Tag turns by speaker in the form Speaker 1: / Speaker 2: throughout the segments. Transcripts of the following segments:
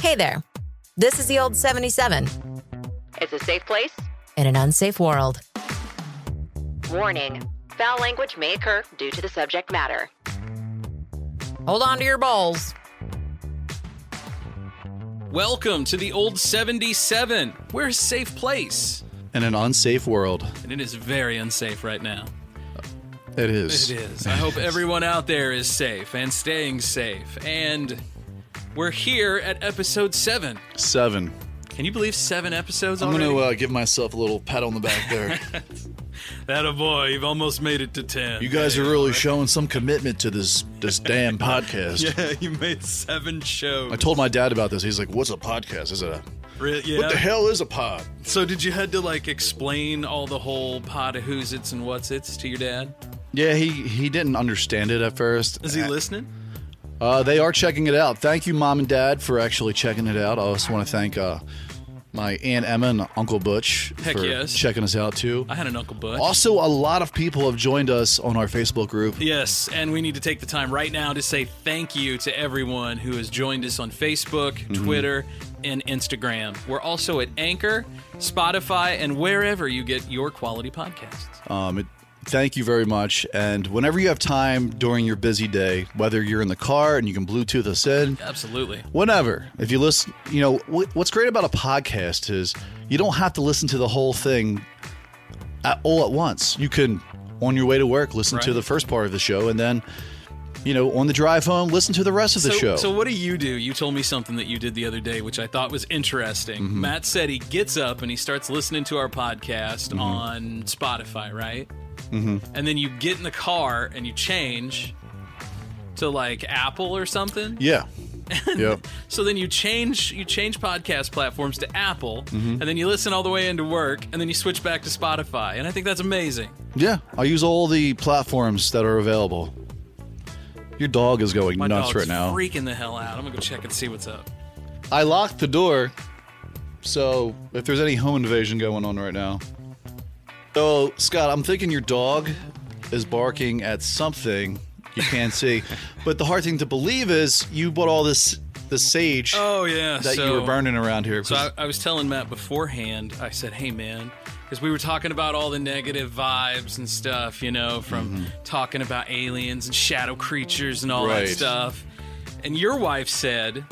Speaker 1: Hey there. This is the old 77
Speaker 2: It's a safe place.
Speaker 1: in an unsafe world.
Speaker 2: Warning foul language may occur due to the subject matter.
Speaker 1: Hold on to your bowls.
Speaker 3: Welcome to the old 77. We're a safe place.
Speaker 4: In an unsafe world.
Speaker 3: And it is very unsafe right now.
Speaker 4: It is.
Speaker 3: It is. I hope everyone out there is safe and staying safe. And we're here at episode seven.
Speaker 4: Seven.
Speaker 3: Can you believe seven episodes
Speaker 4: I'm going
Speaker 3: already?
Speaker 4: to uh, give myself a little pat on the back there.
Speaker 3: That a boy, you've almost made it to ten.
Speaker 4: uh, you guys are really showing some commitment to this this damn podcast.
Speaker 3: yeah, you made seven shows.
Speaker 4: I told my dad about this. He's like, "What's a podcast? Is it a
Speaker 3: Re- yeah.
Speaker 4: what the hell is a pod?"
Speaker 3: So did you had to like explain all the whole pot of who's it's and what's it's to your dad?
Speaker 4: Yeah, he he didn't understand it at first.
Speaker 3: Is he listening?
Speaker 4: Uh, they are checking it out. Thank you, mom and dad, for actually checking it out. I also want to thank uh, my aunt Emma and Uncle Butch
Speaker 3: Heck
Speaker 4: for
Speaker 3: yes.
Speaker 4: checking us out too.
Speaker 3: I had an uncle Butch.
Speaker 4: Also, a lot of people have joined us on our Facebook group.
Speaker 3: Yes, and we need to take the time right now to say thank you to everyone who has joined us on Facebook,
Speaker 4: Mm-hmm.
Speaker 3: Twitter, and Instagram. We're also at Anchor, Spotify, and wherever you get your quality podcasts.
Speaker 4: Um, it, thank you very much. And whenever you have time during your busy day, whether you're in the car and you can Bluetooth us in,
Speaker 3: Absolutely.
Speaker 4: whenever, if you listen, you know, wh- what's great about a podcast is you don't have to listen to the whole thing at, all at once. You can, on your way to work, listen to
Speaker 3: Right.
Speaker 4: the first part of the show and then. You know, on the drive home, listen to the rest of the
Speaker 3: so,
Speaker 4: show.
Speaker 3: so what do you do? You told me something that you did the other day, which I thought was interesting.
Speaker 4: Mm-hmm.
Speaker 3: Matt said he gets up and he starts listening to our podcast
Speaker 4: Mm-hmm.
Speaker 3: on Spotify, right? Mm-hmm. And then you get in the car and you change to like Apple or something.
Speaker 4: yeah. yeah.
Speaker 3: So then you change you change podcast platforms to Apple,
Speaker 4: Mm-hmm.
Speaker 3: and then you listen all the way into work, and then you switch back to Spotify, and I think that's amazing.
Speaker 4: Yeah. I use all the platforms that are available. Your dog is going
Speaker 3: My
Speaker 4: nuts
Speaker 3: dog's
Speaker 4: right now.
Speaker 3: freaking the hell out. I'm gonna go check and see what's up.
Speaker 4: I locked the door, so if there's any home invasion going on right now. So, Scott, I'm thinking your dog is barking at something you can't see. But the hard thing to believe is you bought all this the sage
Speaker 3: Oh yeah,
Speaker 4: that
Speaker 3: so,
Speaker 4: you were burning around here.
Speaker 3: So I, I was telling Matt beforehand. I said, "Hey man," because we were talking about all the negative vibes and stuff, you know, from
Speaker 4: Mm-hmm.
Speaker 3: talking about aliens and shadow creatures and all
Speaker 4: Right.
Speaker 3: that stuff. And your wife said.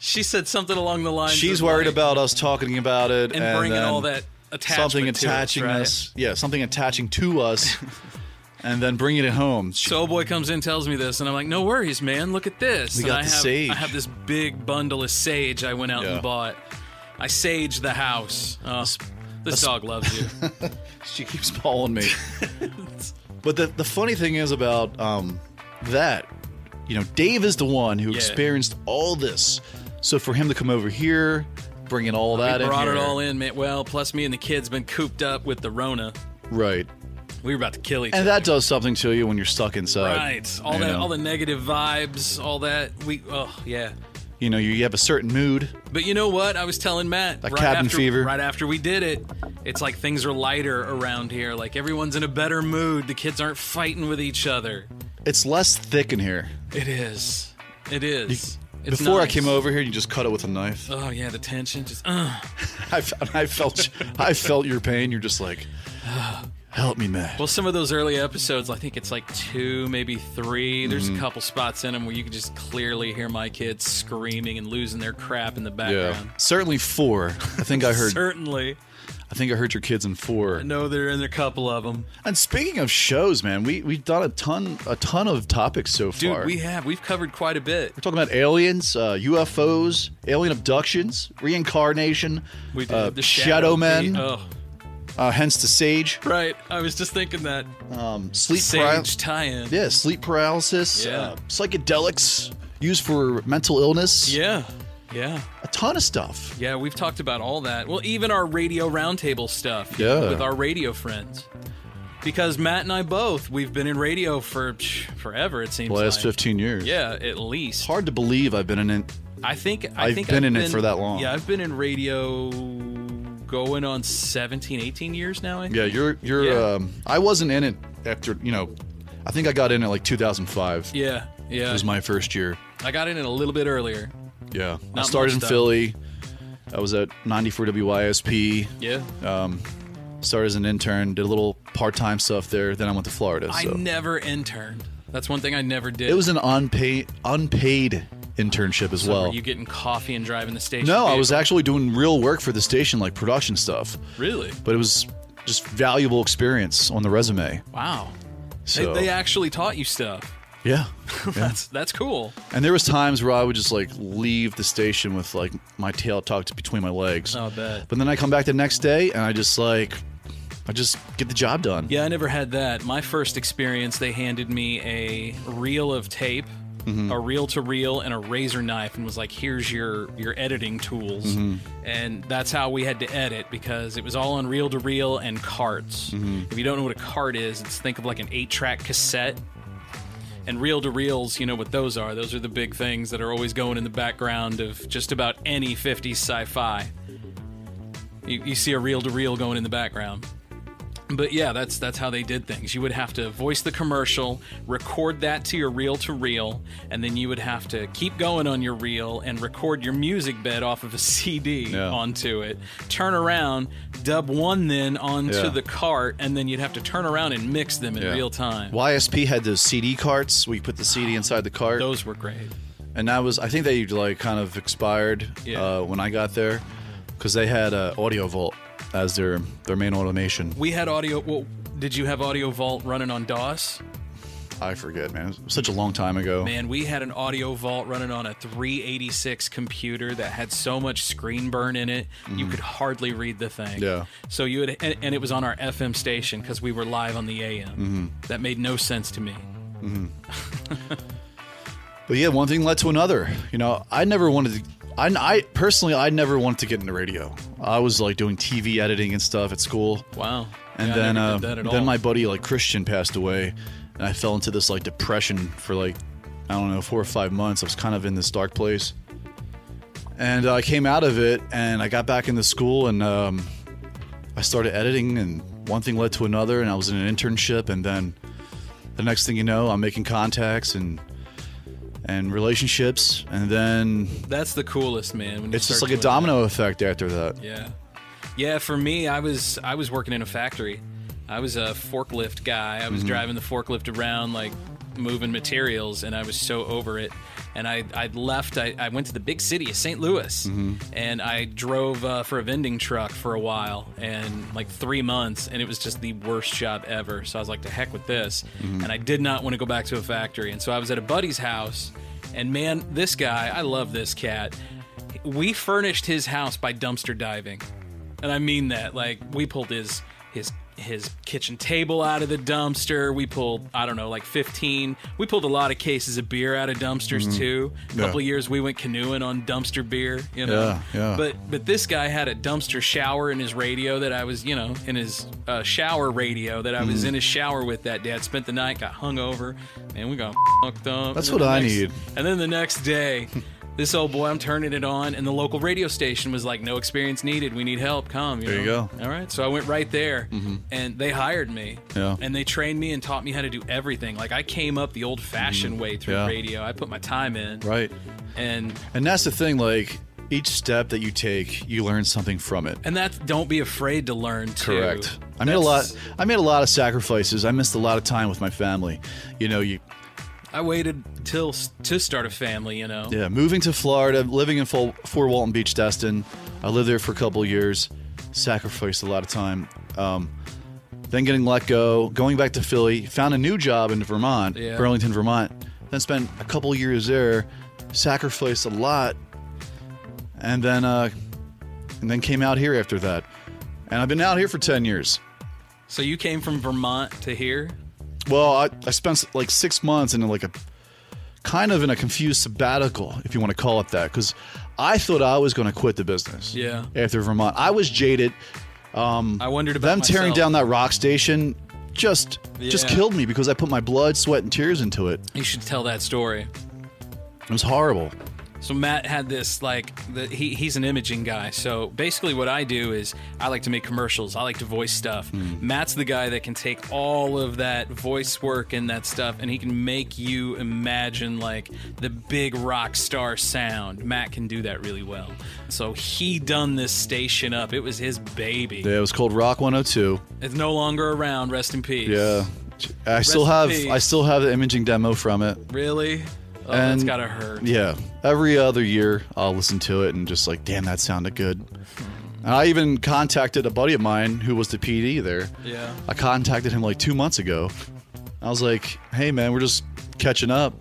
Speaker 3: She said something along the lines.
Speaker 4: She's
Speaker 3: of,
Speaker 4: worried
Speaker 3: like,
Speaker 4: about us talking about it
Speaker 3: and, bringing
Speaker 4: then
Speaker 3: all that attachment
Speaker 4: something
Speaker 3: to it,
Speaker 4: attaching
Speaker 3: right?
Speaker 4: us. Yeah, something attaching to us, and then bringing it home. She-
Speaker 3: So old boy comes in, tells me this, and I'm like, "No worries, man. Look at this.
Speaker 4: We
Speaker 3: And
Speaker 4: got
Speaker 3: I
Speaker 4: the
Speaker 3: have,
Speaker 4: sage.
Speaker 3: I have this big bundle of sage I went out
Speaker 4: Yeah.
Speaker 3: and bought. I sage the house. Uh, this dog loves you.
Speaker 4: She keeps calling me. but the, the funny thing is about um, that, you know, Dave is the one who
Speaker 3: Yeah.
Speaker 4: experienced all this. So for him to come over here, bringing all that in,
Speaker 3: Brought it
Speaker 4: here-
Speaker 3: all in, man. Well, plus me and the kids been cooped up with the Rona.
Speaker 4: right?
Speaker 3: We were about to kill each
Speaker 4: And
Speaker 3: other.
Speaker 4: that does something to you when you're stuck inside,
Speaker 3: right. All
Speaker 4: you
Speaker 3: that,
Speaker 4: know?
Speaker 3: all the negative vibes, all that. We, oh yeah.
Speaker 4: you know, you have a certain mood.
Speaker 3: But you know what? I was telling Matt
Speaker 4: Like cabin
Speaker 3: after,
Speaker 4: fever.
Speaker 3: Right after we did it, it's like things are lighter around here. Like everyone's in a better mood. The kids aren't fighting with each other.
Speaker 4: It's less thick in here.
Speaker 3: It is. It is. It's
Speaker 4: Before I
Speaker 3: nice.
Speaker 4: came over here, you just cut it with a knife.
Speaker 3: Oh yeah, the tension just. Uh.
Speaker 4: I, f- I felt, I felt your pain. You're just like, help me, Matt.
Speaker 3: Well, some of those early episodes, I think it's like two, maybe three. There's
Speaker 4: Mm-hmm.
Speaker 3: a couple spots in them where you can just clearly hear my kids screaming and losing their crap in the
Speaker 4: yeah,
Speaker 3: background.
Speaker 4: certainly four. I think I heard.
Speaker 3: Certainly,
Speaker 4: I think I heard your kids in four.
Speaker 3: I know there are in a couple of them.
Speaker 4: And speaking of shows, man, we we've done a ton a ton of topics so
Speaker 3: Dude,
Speaker 4: far.
Speaker 3: we have we've covered quite a bit.
Speaker 4: are talking about aliens, uh, UFOs, alien abductions, reincarnation,
Speaker 3: We did
Speaker 4: uh,
Speaker 3: the
Speaker 4: shadow, men,
Speaker 3: the- oh,
Speaker 4: uh, hence the sage,
Speaker 3: right. I was just thinking that
Speaker 4: um, sleep
Speaker 3: sage
Speaker 4: paralysis,
Speaker 3: tie-in.
Speaker 4: yeah, sleep paralysis,
Speaker 3: Yeah.
Speaker 4: uh, psychedelics used for mental illness,
Speaker 3: yeah, yeah,
Speaker 4: a ton of stuff.
Speaker 3: yeah. We've talked about all that. Well, even our radio roundtable stuff. you
Speaker 4: Yeah.
Speaker 3: know, with our radio friends. Because Matt and I both, we've been in radio for psh, forever. It seems
Speaker 4: The last
Speaker 3: like.
Speaker 4: fifteen years,
Speaker 3: Yeah, at least.
Speaker 4: Hard to believe I've been in it.
Speaker 3: I think I
Speaker 4: I've
Speaker 3: think
Speaker 4: been in it for that long.
Speaker 3: Yeah, I've been in radio going on 17, 18 years now. I think.
Speaker 4: Yeah, you're you're.
Speaker 3: Yeah.
Speaker 4: Um, I wasn't in it after you know. I think I got in at like 2005.
Speaker 3: Yeah. Yeah.
Speaker 4: It was my first year.
Speaker 3: I got in it a little bit earlier.
Speaker 4: Yeah. I
Speaker 3: Not
Speaker 4: started
Speaker 3: much,
Speaker 4: in
Speaker 3: though.
Speaker 4: Philly. I was at 94 WYSP.
Speaker 3: Yeah.
Speaker 4: Started as an intern, did a little part time stuff there. Then I went to Florida.
Speaker 3: I
Speaker 4: So.
Speaker 3: never interned. That's one thing I never did.
Speaker 4: it was an unpaid unpaid internship as
Speaker 3: So were
Speaker 4: well.
Speaker 3: you getting coffee and driving the station?
Speaker 4: Oh. No, I
Speaker 3: vehicle?
Speaker 4: was actually doing real work for the station, like production stuff.
Speaker 3: really.
Speaker 4: But it was just valuable experience on the resume.
Speaker 3: Wow.
Speaker 4: So
Speaker 3: They, they actually taught you stuff.
Speaker 4: yeah. yeah.
Speaker 3: That's that's cool.
Speaker 4: And there was times where I would just like leave the station with like my tail tucked between my legs.
Speaker 3: I'll bet.
Speaker 4: But then I come back the next day and I just like I just get the job done.
Speaker 3: Yeah, I never had that. My first experience, they handed me a reel of tape, a reel to reel, and a razor knife, and was like, "Here's your your editing tools." And that's how we had to edit because it was all on reel to reel and carts. If you don't know what a cart is, it's think of like an eight track cassette. And reel to reels, you know what those are. Those are the big things that are always going in the background of just about any 50s sci fi. You, you see a reel to reel going in the background. But yeah, that's that's how they did things. You would have to voice the commercial, record that to your reel to reel, and then you would have to keep going on your reel and record your music bed off of a CD
Speaker 4: Yeah.
Speaker 3: onto it. Turn around, dub one then onto
Speaker 4: Yeah.
Speaker 3: the cart, and then you'd have to turn around and mix them in
Speaker 4: Yeah.
Speaker 3: real time.
Speaker 4: YSP had those CD carts where you put the CD inside the cart.
Speaker 3: Those were great.
Speaker 4: and that was I think they like kind of expired
Speaker 3: Yeah.
Speaker 4: uh, when I got there because they had uh, Audio Vault as their their main automation.
Speaker 3: We had audio. Well, did you have Audio Vault running on DOS?
Speaker 4: I forget, man. It was such a long time ago.
Speaker 3: Man, we had an audio vault running on a 386 computer that had so much screen burn in it, you could hardly read the thing.
Speaker 4: Mm-hmm. Yeah.
Speaker 3: So you would, and, and it was on our FM station because we were live on the AM.
Speaker 4: Mm-hmm.
Speaker 3: That made no sense to me.
Speaker 4: But yeah, one thing led to another. You know, I never wanted to. I, I personally, I never wanted to get into radio. I was like doing TV editing and stuff at school.
Speaker 3: Wow.
Speaker 4: And
Speaker 3: Yeah, I
Speaker 4: then,
Speaker 3: never
Speaker 4: uh,
Speaker 3: did that at
Speaker 4: then
Speaker 3: all.
Speaker 4: my buddy like Christian passed away, and I fell into this like depression for like I don't know four or five months. I was kind of in this dark place, and uh, I came out of it, and I got back into school, and um, I started editing, and one thing led to another, and I was in an internship, and then the next thing you know, I'm making contacts and and relationships, and then
Speaker 3: that's the coolest man. When you
Speaker 4: it's just
Speaker 3: start
Speaker 4: like a
Speaker 3: doing that.
Speaker 4: domino effect after that.
Speaker 3: Yeah. Yeah, for me, I was I was working in a factory. I was a forklift guy. I was driving the forklift around like moving materials and I was so over it. And I, I left, I, I went to the big city of St. Louis and I drove uh, for a vending truck for a while and like three months. And it was just the worst job ever. So I was like, to heck with this. And I did not want to go back to a factory. And so I was at a buddy's house. And man, this guy, I love this cat we furnished his house by dumpster diving and i mean that like we pulled his his his kitchen table out of the dumpster we pulled i don't know like 15 we pulled a lot of cases of beer out of dumpsters too a couple
Speaker 4: Mm-hmm. Yeah.
Speaker 3: years we went canoeing on dumpster beer you know
Speaker 4: Yeah, yeah.
Speaker 3: but but this guy had a dumpster shower in his radio that i was you know in his uh, shower radio that i
Speaker 4: Mm.
Speaker 3: was in his shower with that day I'd spent the night got hung over man we got fucked up
Speaker 4: That's
Speaker 3: And then
Speaker 4: what
Speaker 3: the
Speaker 4: I
Speaker 3: next-
Speaker 4: need.
Speaker 3: and then the next day, this old boy, I'm turning it on, and the local radio station was like, "No experience needed. We need help. Come."
Speaker 4: There you
Speaker 3: know?
Speaker 4: go. Mm-hmm.
Speaker 3: All right, so I went right there, and they hired me.
Speaker 4: Yeah.
Speaker 3: And they trained me and taught me how to do everything. Like I came up the old-fashioned way through
Speaker 4: Mm-hmm. Yeah.
Speaker 3: radio. I put my time in,
Speaker 4: Right.
Speaker 3: and
Speaker 4: And that's the thing, like each step that you take, you learn something from it.
Speaker 3: and that's don't be afraid to learn. Too.
Speaker 4: Correct. I made a
Speaker 3: That's-
Speaker 4: lot I made a lot of sacrifices. I missed a lot of time with my family. You know, you
Speaker 3: I waited till s- to start a family. You know.
Speaker 4: yeah, moving to Florida, living in Fort, Fort Walton Beach, Destin. I lived there for a couple of years, sacrificed a lot of time. Um, then getting let go, going back to Philly, found a new job in Vermont,
Speaker 3: Yeah.
Speaker 4: Burlington, Vermont. Then spent a couple of years there, sacrificed a lot, and then uh, and then came out here after that. And I've been out here for ten years.
Speaker 3: So you came from Vermont to here.
Speaker 4: Well, I, I spent like six months in like a kind of in a confused sabbatical, if you want to call it that, because I thought I was going to quit the business.
Speaker 3: Yeah.
Speaker 4: After Vermont, I was jaded.
Speaker 3: I wondered about
Speaker 4: Mm-hmm. Them tearing
Speaker 3: myself.
Speaker 4: down that rock station just just
Speaker 3: Yeah.
Speaker 4: killed me because I put my blood, sweat, and tears into it.
Speaker 3: You should tell that story.
Speaker 4: It was horrible.
Speaker 3: So Matt had this like the, he he's an imaging guy. So basically, what I do is I like to make commercials. I like to voice stuff.
Speaker 4: Hmm.
Speaker 3: Matt's the guy that can take all of that voice work and that stuff, and he can make you imagine like the big rock star sound. Matt can do that really well. So he done this station up. It was his baby.
Speaker 4: Yeah, it was called Rock 102.
Speaker 3: It's no longer around. Rest in peace.
Speaker 4: Yeah. I still
Speaker 3: in
Speaker 4: have
Speaker 3: peace.
Speaker 4: I still have the imaging demo from it.
Speaker 3: Really? Oh,
Speaker 4: And-
Speaker 3: that's gotta hurt.
Speaker 4: Yeah. Every other year, I'll listen to it and just like, damn, that sounded good. And I even contacted a buddy of mine who was the PD there.
Speaker 3: Yeah.
Speaker 4: I contacted him like two months ago. I was like, hey, man, we're just catching up.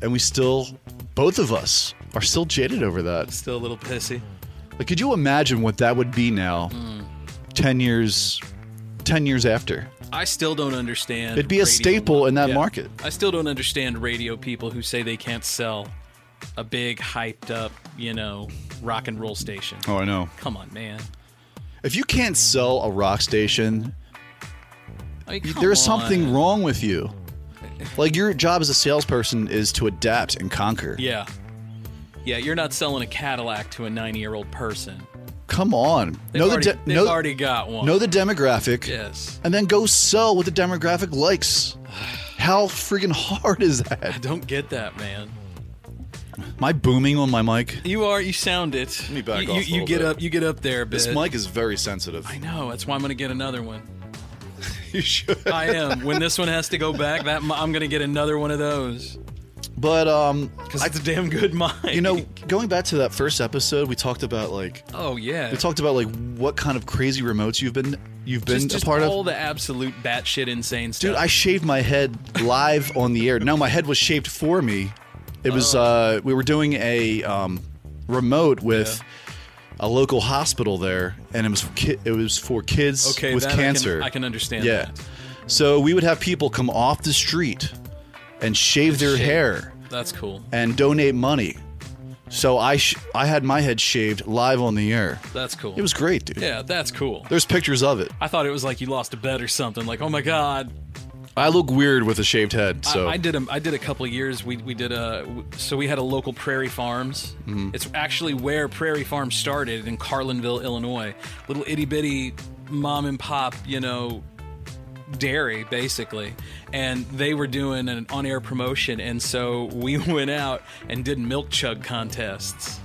Speaker 4: And we still, both of us are still jaded over that.
Speaker 3: Still a little pissy.
Speaker 4: Like, could you imagine what that would be now,
Speaker 3: Mm.
Speaker 4: 10 years? 10 years after.
Speaker 3: I still don't understand.
Speaker 4: It'd be
Speaker 3: radio-
Speaker 4: a staple in that
Speaker 3: Yeah.
Speaker 4: market.
Speaker 3: I still don't understand radio people who say they can't sell a big, hyped up, you know, rock and roll station.
Speaker 4: Oh, I know.
Speaker 3: Come on, man.
Speaker 4: If you can't sell a rock station,
Speaker 3: I mean,
Speaker 4: Y-
Speaker 3: come
Speaker 4: there's something
Speaker 3: on.
Speaker 4: wrong with you. Like your job as a salesperson is to adapt and conquer.
Speaker 3: Yeah. Yeah, you're not selling a Cadillac to a 90 year old person.
Speaker 4: Come on,
Speaker 3: They've,
Speaker 4: know the
Speaker 3: already,
Speaker 4: de-
Speaker 3: they've
Speaker 4: know,
Speaker 3: already got one.
Speaker 4: know the demographic,
Speaker 3: yes.
Speaker 4: and then go sell what the demographic likes. How freaking hard is
Speaker 3: I
Speaker 4: that?
Speaker 3: don't get that, man.
Speaker 4: Am I booming on my mic?
Speaker 3: You are. You sound it. Let
Speaker 4: me back
Speaker 3: you,
Speaker 4: off
Speaker 3: You,
Speaker 4: a
Speaker 3: you
Speaker 4: little
Speaker 3: get
Speaker 4: bit.
Speaker 3: up. You get up there. A bit.
Speaker 4: This mic is very sensitive.
Speaker 3: I know. That's why I'm gonna get another one.
Speaker 4: You should.
Speaker 3: I am. when this one has to go back, that mi- I'm gonna get another one of those
Speaker 4: But um,
Speaker 3: because it's a damn good mic.
Speaker 4: you know, going back to that first episode, we talked about like
Speaker 3: Oh yeah.
Speaker 4: we talked about like what kind of crazy remotes you've been you've been
Speaker 3: just,
Speaker 4: a
Speaker 3: just
Speaker 4: part of.
Speaker 3: all the absolute batshit insane stuff.
Speaker 4: Dude, I shaved my head live on the air. No, my head was shaved for me. It was
Speaker 3: Oh.
Speaker 4: uh we were doing a um remote with a local hospital there and it was for ki- it was for kids
Speaker 3: okay
Speaker 4: with
Speaker 3: that I can-
Speaker 4: cancer.
Speaker 3: I can, understand.
Speaker 4: yeah.
Speaker 3: that.
Speaker 4: So we would have people come off the street and shave their
Speaker 3: Shave.
Speaker 4: hair
Speaker 3: That's cool.
Speaker 4: and donate money. So I sh- I had my head shaved live on the air.
Speaker 3: That's cool.
Speaker 4: It was great, dude.
Speaker 3: Yeah, that's cool.
Speaker 4: There's pictures of it.
Speaker 3: I thought it was like you lost a bet or something. Like, oh my god,
Speaker 4: I look weird with a shaved head, so
Speaker 3: I, I did a, I did a couple of years. We, we did a w- so we had a local Prairie Farms.
Speaker 4: Mm-hmm.
Speaker 3: It's actually where Prairie Farms started in Carlinville, Illinois. Little itty bitty mom and pop, you know, dairy basically. And they were doing an on air promotion, and so we went out and did milk chug contests.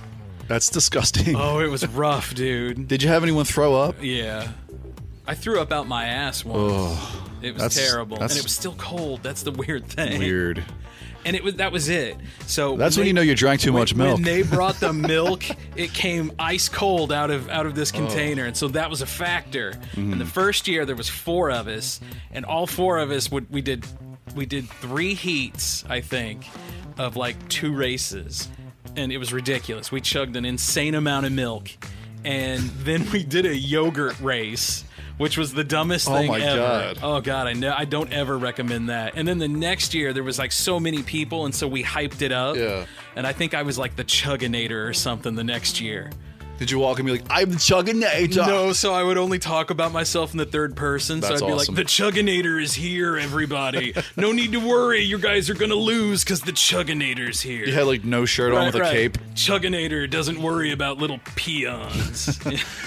Speaker 4: that's disgusting.
Speaker 3: Oh, it was rough, dude.
Speaker 4: Did you have anyone throw up?
Speaker 3: Yeah. I threw up out my ass once. it was
Speaker 4: that's-
Speaker 3: terrible,
Speaker 4: that's-
Speaker 3: and it was still cold. That's the weird thing.
Speaker 4: Weird.
Speaker 3: and it was that was it. So
Speaker 4: That's when you know you drank too
Speaker 3: when-
Speaker 4: much milk.
Speaker 3: When they brought the milk, it came ice cold out of out of this
Speaker 4: Oh.
Speaker 3: container, and so that was a factor.
Speaker 4: Mm-hmm.
Speaker 3: And the first year there was four of us, and all four of us would we did we did three heats, I think, of like two races, and it was ridiculous. We chugged an insane amount of milk, and then we did a yogurt race. Which was the dumbest
Speaker 4: Oh
Speaker 3: thing
Speaker 4: my
Speaker 3: ever.
Speaker 4: God.
Speaker 3: Oh god, I know. I don't ever recommend that. And then the next year, there was like so many people, and so we hyped it up.
Speaker 4: Yeah.
Speaker 3: And I think I was like the Chugginator or something the next year.
Speaker 4: Did you walk and be like, I'm the chugging
Speaker 3: No, so I would only talk about myself in the third person.
Speaker 4: That's
Speaker 3: so I'd be
Speaker 4: awesome.
Speaker 3: like, "The Chugginator is here, everybody. no need to worry. You guys are gonna lose because the Chugginator's here."
Speaker 4: You had like no shirt on
Speaker 3: Right,
Speaker 4: with a
Speaker 3: right.
Speaker 4: cape.
Speaker 3: Chugginator doesn't worry about little peons.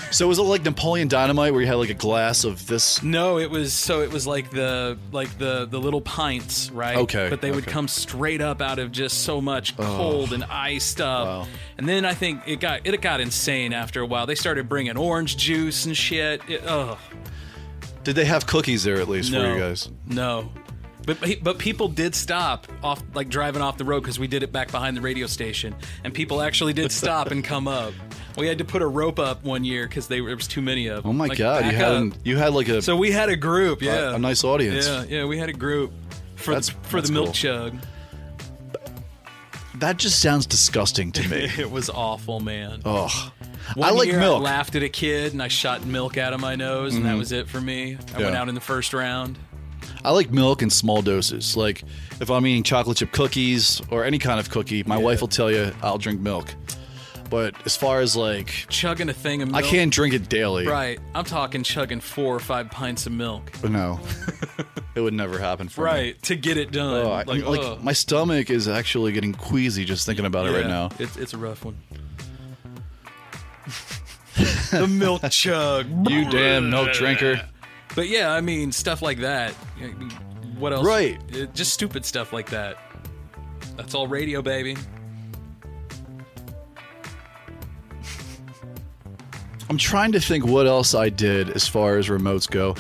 Speaker 4: So was it like Napoleon Dynamite where you had like a glass of this?
Speaker 3: No, it was so it was like the like the the little pints, right?
Speaker 4: Okay,
Speaker 3: But they would
Speaker 4: okay.
Speaker 3: come straight up out of just so much cold and ice stuff. And then I think it got it got insane after a while. They started bringing orange juice and shit. It, oh
Speaker 4: Did they have cookies there at least
Speaker 3: no,
Speaker 4: for you guys?
Speaker 3: no. But he- but people did stop off like driving off the road because we did it back behind the radio station, and people actually did stop and come up. We had to put a rope up one year because there was too many of them.
Speaker 4: Oh my
Speaker 3: Like,
Speaker 4: god, you
Speaker 3: back
Speaker 4: had
Speaker 3: up.
Speaker 4: an- you had like a
Speaker 3: So we had a group, yeah,
Speaker 4: a nice audience.
Speaker 3: Yeah, yeah, we had a group for
Speaker 4: That's-
Speaker 3: for
Speaker 4: that's
Speaker 3: the milk
Speaker 4: cool.
Speaker 3: chug.
Speaker 4: that just sounds disgusting to me.
Speaker 3: It was awful, man.
Speaker 4: Ugh.
Speaker 3: One
Speaker 4: Oh, I like
Speaker 3: year
Speaker 4: milk. Mm-hmm.
Speaker 3: I laughed at a kid and I shot milk out of my nose, and that was it for me. I went
Speaker 4: Yeah.
Speaker 3: out in the first round.
Speaker 4: I like milk in small doses. Like if I'm eating chocolate chip cookies or any kind of cookie, my wife will tell you I'll drink milk. But as far as like,
Speaker 3: Chugging a thing of
Speaker 4: I
Speaker 3: milk.
Speaker 4: can't drink it daily.
Speaker 3: Right. I'm talking chugging four or five pints of milk.
Speaker 4: No, it would never happen for me.
Speaker 3: Right. To get it done.
Speaker 4: Oh, I-
Speaker 3: like,
Speaker 4: like,
Speaker 3: ugh.
Speaker 4: my stomach is actually getting queasy just thinking about it right
Speaker 3: Yeah,
Speaker 4: now.
Speaker 3: It's, it's a rough one. the milk chug.
Speaker 4: You damn milk drinker.
Speaker 3: But yeah, I mean, stuff like that. I mean, What else?
Speaker 4: Right.
Speaker 3: Uh, Just stupid stuff like that. That's all radio, baby.
Speaker 4: I'm trying to think what else I did as far as remotes go.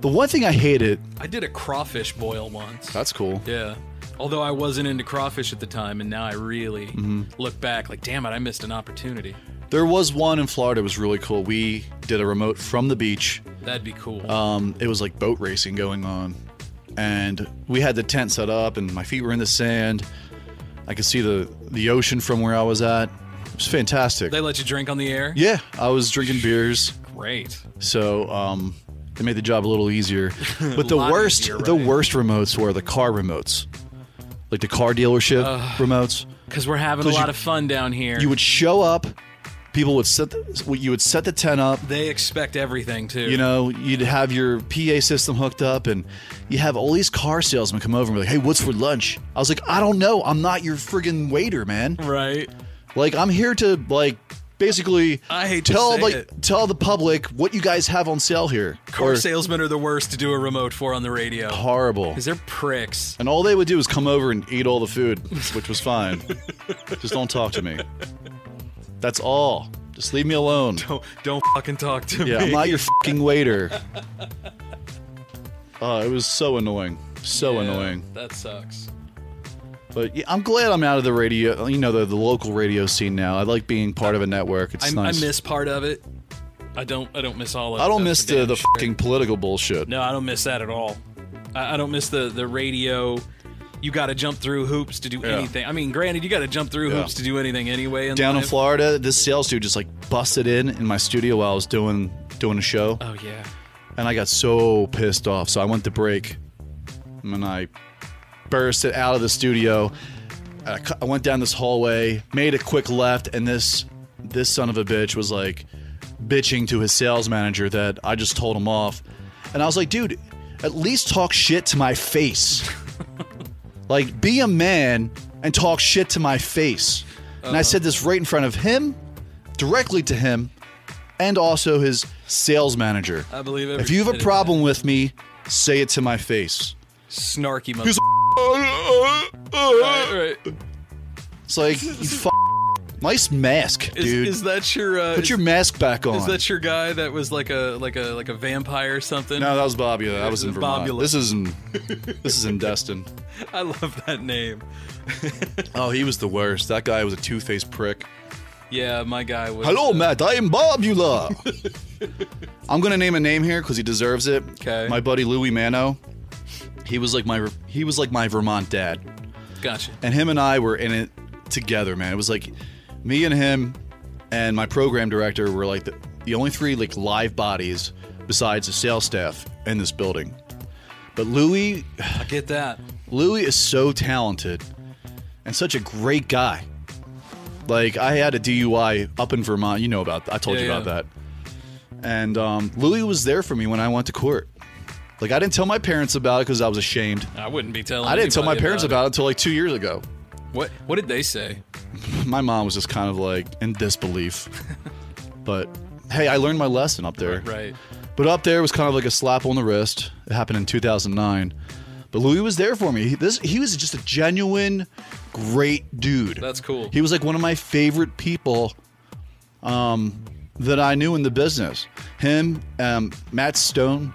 Speaker 4: The one thing I hated,
Speaker 3: I did a crawfish boil once.
Speaker 4: that's cool.
Speaker 3: Yeah. Although I wasn't into crawfish at the time, and now I really
Speaker 4: Mm-hmm.
Speaker 3: look back like, damn it, I missed an opportunity.
Speaker 4: There was one in Florida that was really cool. We did a remote from the beach.
Speaker 3: That'd be cool.
Speaker 4: Um, it was like boat racing going on. And we had the tent set up and my feet were in the sand. I could see the, the ocean from where I was at. It was fantastic.
Speaker 3: they let you drink on the air?
Speaker 4: yeah, I was drinking beers.
Speaker 3: Great.
Speaker 4: So um, it made the job a little easier. But the
Speaker 3: lot
Speaker 4: worst,
Speaker 3: easier,
Speaker 4: the
Speaker 3: right.
Speaker 4: worst remotes were the car remotes, like the car dealership remotes.
Speaker 3: Because we're having a
Speaker 4: 'Cause you-
Speaker 3: lot of fun down here.
Speaker 4: You would show up, people would set, the, you would set the tent up.
Speaker 3: they expect everything too.
Speaker 4: You know, you'd have your PA system hooked up, and you have all these car salesmen come over and be like, "Hey, what's for lunch?" I was like, "I don't know. I'm not your friggin' waiter, man.
Speaker 3: right?
Speaker 4: Like, I'm here to like." Basically,
Speaker 3: I hate to
Speaker 4: tell
Speaker 3: say
Speaker 4: like
Speaker 3: it.
Speaker 4: tell the public what you guys have on sale here.
Speaker 3: Car
Speaker 4: Or-
Speaker 3: salesmen are the worst to do a remote for on the radio.
Speaker 4: horrible.
Speaker 3: Because they're pricks.
Speaker 4: And all they would do is come over and eat all the food, which was fine. Just don't talk to me. That's all. Just leave me alone.
Speaker 3: Don't, don't fucking talk to
Speaker 4: Yeah,
Speaker 3: me.
Speaker 4: I'm not your fucking waiter. Oh, it was so annoying. So
Speaker 3: Yeah,
Speaker 4: annoying.
Speaker 3: That sucks.
Speaker 4: But yeah, I'm glad I'm out of the radio, you know, the, the local radio scene now. I like being part of a network. It's
Speaker 3: I,
Speaker 4: nice.
Speaker 3: I miss part of it. I don't. I don't miss all of. it.
Speaker 4: I don't
Speaker 3: that's
Speaker 4: miss
Speaker 3: for
Speaker 4: the,
Speaker 3: damn
Speaker 4: the
Speaker 3: sure.
Speaker 4: fucking political bullshit.
Speaker 3: No, I don't miss that at all. I, I don't miss the the radio. You got to jump through hoops to do
Speaker 4: Yeah.
Speaker 3: anything. I mean, granted, you got to jump through
Speaker 4: Yeah.
Speaker 3: hoops to do anything anyway. In
Speaker 4: Down in
Speaker 3: life.
Speaker 4: Florida, this sales dude just like busted in in my studio while I was doing doing a show.
Speaker 3: Oh yeah.
Speaker 4: and I got so pissed off. So I went to break, and then I burst it out of the studio. And I, cu- I went down this hallway, made a quick left, and this this son of a bitch was like bitching to his sales manager that I just told him off, and I was like, dude, at least talk shit to my face. like, be a man and talk shit to my face. And I said this right in front of him, directly to him, and also his sales manager.
Speaker 3: I believe every
Speaker 4: If you have a
Speaker 3: minute of
Speaker 4: problem with me, say it to my face.
Speaker 3: that. snarky mother.
Speaker 4: Who's-
Speaker 3: Right, right.
Speaker 4: It's like, you f- nice mask,
Speaker 3: Is,
Speaker 4: dude.
Speaker 3: is that your? Uh,
Speaker 4: Put
Speaker 3: is-
Speaker 4: your mask back on.
Speaker 3: Is that your guy that was like a like a like a vampire or something?
Speaker 4: no, that was Bobby. That was in Vermont.
Speaker 3: Bobula.
Speaker 4: This is in, this is in Destin.
Speaker 3: I love that name.
Speaker 4: Oh, he was the worst. That guy was a two-faced prick.
Speaker 3: Yeah, my guy was.
Speaker 4: Hello,
Speaker 3: uh,
Speaker 4: Matt. I am Bobula. I'm gonna name a name here because he deserves it.
Speaker 3: 'Kay.
Speaker 4: My buddy Louis Mano. He was like my he was like my Vermont dad.
Speaker 3: Gotcha.
Speaker 4: and him and I were in it together, man. It was like me and him and my program director were like the, the only three like live bodies besides the sales staff in this building. But Louis,
Speaker 3: I get that.
Speaker 4: Louis is so talented and such a great guy. Like I had a DUI up in Vermont, you know about. I told
Speaker 3: Yeah,
Speaker 4: you about
Speaker 3: yeah.
Speaker 4: that. And um, Louis was there for me when I went to court. Like I didn't tell my parents about it because I was ashamed.
Speaker 3: I wouldn't be telling.
Speaker 4: I didn't tell my
Speaker 3: anybody
Speaker 4: parents about it until like two years ago.
Speaker 3: it. What What did they say?
Speaker 4: my mom was just kind of like in disbelief. but hey, I learned my lesson up there.
Speaker 3: Right.
Speaker 4: But up there was kind of like a slap on the wrist. It happened in 2009. But Louis was there for me. He, this he was just a genuine great dude.
Speaker 3: That's cool.
Speaker 4: He was like one of my favorite people um, that I knew in the business. Him, um, Matt Stone,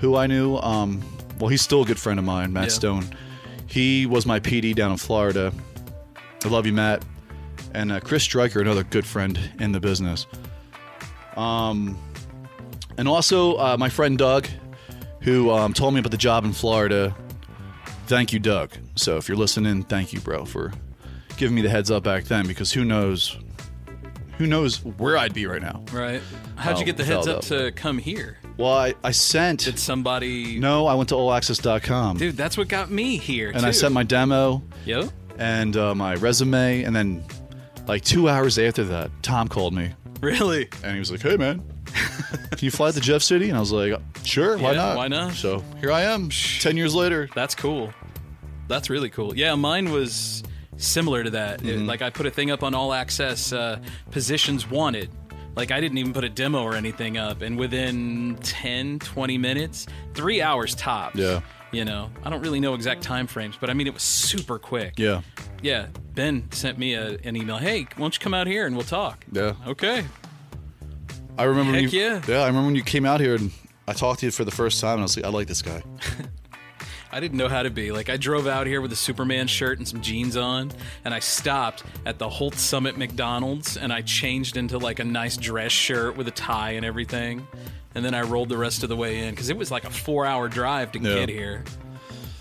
Speaker 4: who I knew. Um, well, he's still a good friend of mine, Matt
Speaker 3: Yeah.
Speaker 4: Stone. He was my PD down in Florida. I love you, Matt. And uh, Chris Stryker, another good friend in the business. Um, and also uh, my friend Doug, who um, told me about the job in Florida. Thank you, Doug. So if you're listening, thank you, bro, for giving me the heads up back then because who knows who knows where I'd be right now.
Speaker 3: Right. How'd
Speaker 4: Oh,
Speaker 3: you get the heads up,
Speaker 4: felled up.
Speaker 3: to come here?
Speaker 4: Well, I, I sent
Speaker 3: Did somebody?
Speaker 4: no, I went to allaccess.com
Speaker 3: Dude, that's what got me here.
Speaker 4: and I
Speaker 3: too.
Speaker 4: sent my demo
Speaker 3: Yo.
Speaker 4: and uh, my resume and then Like two hours after that, Tom called me
Speaker 3: Really?
Speaker 4: and he was like, "Hey, man, can you fly to Jeff City?" And I was like, "Sure, why
Speaker 3: Yeah,
Speaker 4: not?
Speaker 3: why not?
Speaker 4: So here I am, ten years later.
Speaker 3: That's cool. That's really cool. Yeah, mine was similar to that.
Speaker 4: Mm-hmm.
Speaker 3: It- like I put a thing up on All Access, uh, positions wanted. Like I didn't even put a demo or anything up, and within 10, 20 minutes, three hours tops.
Speaker 4: Yeah.
Speaker 3: You know, I don't really know exact time frames, but I mean it was super quick.
Speaker 4: Yeah,
Speaker 3: Yeah. Ben sent me a, an email. Hey, why don't you come out here and we'll talk?
Speaker 4: Yeah.
Speaker 3: Okay.
Speaker 4: I remember. when
Speaker 3: Heck
Speaker 4: you,
Speaker 3: yeah.
Speaker 4: I remember when you came out here and I talked to you for the first time, and I was like, "I like this guy."
Speaker 3: I didn't know how to be. Like, I drove out here with a Superman shirt and some jeans on, and I stopped at the Holt Summit McDonald's and I changed into like a nice dress shirt with a tie and everything. And then I rolled the rest of the way in because it was like a four hour drive to
Speaker 4: Yeah.
Speaker 3: get here.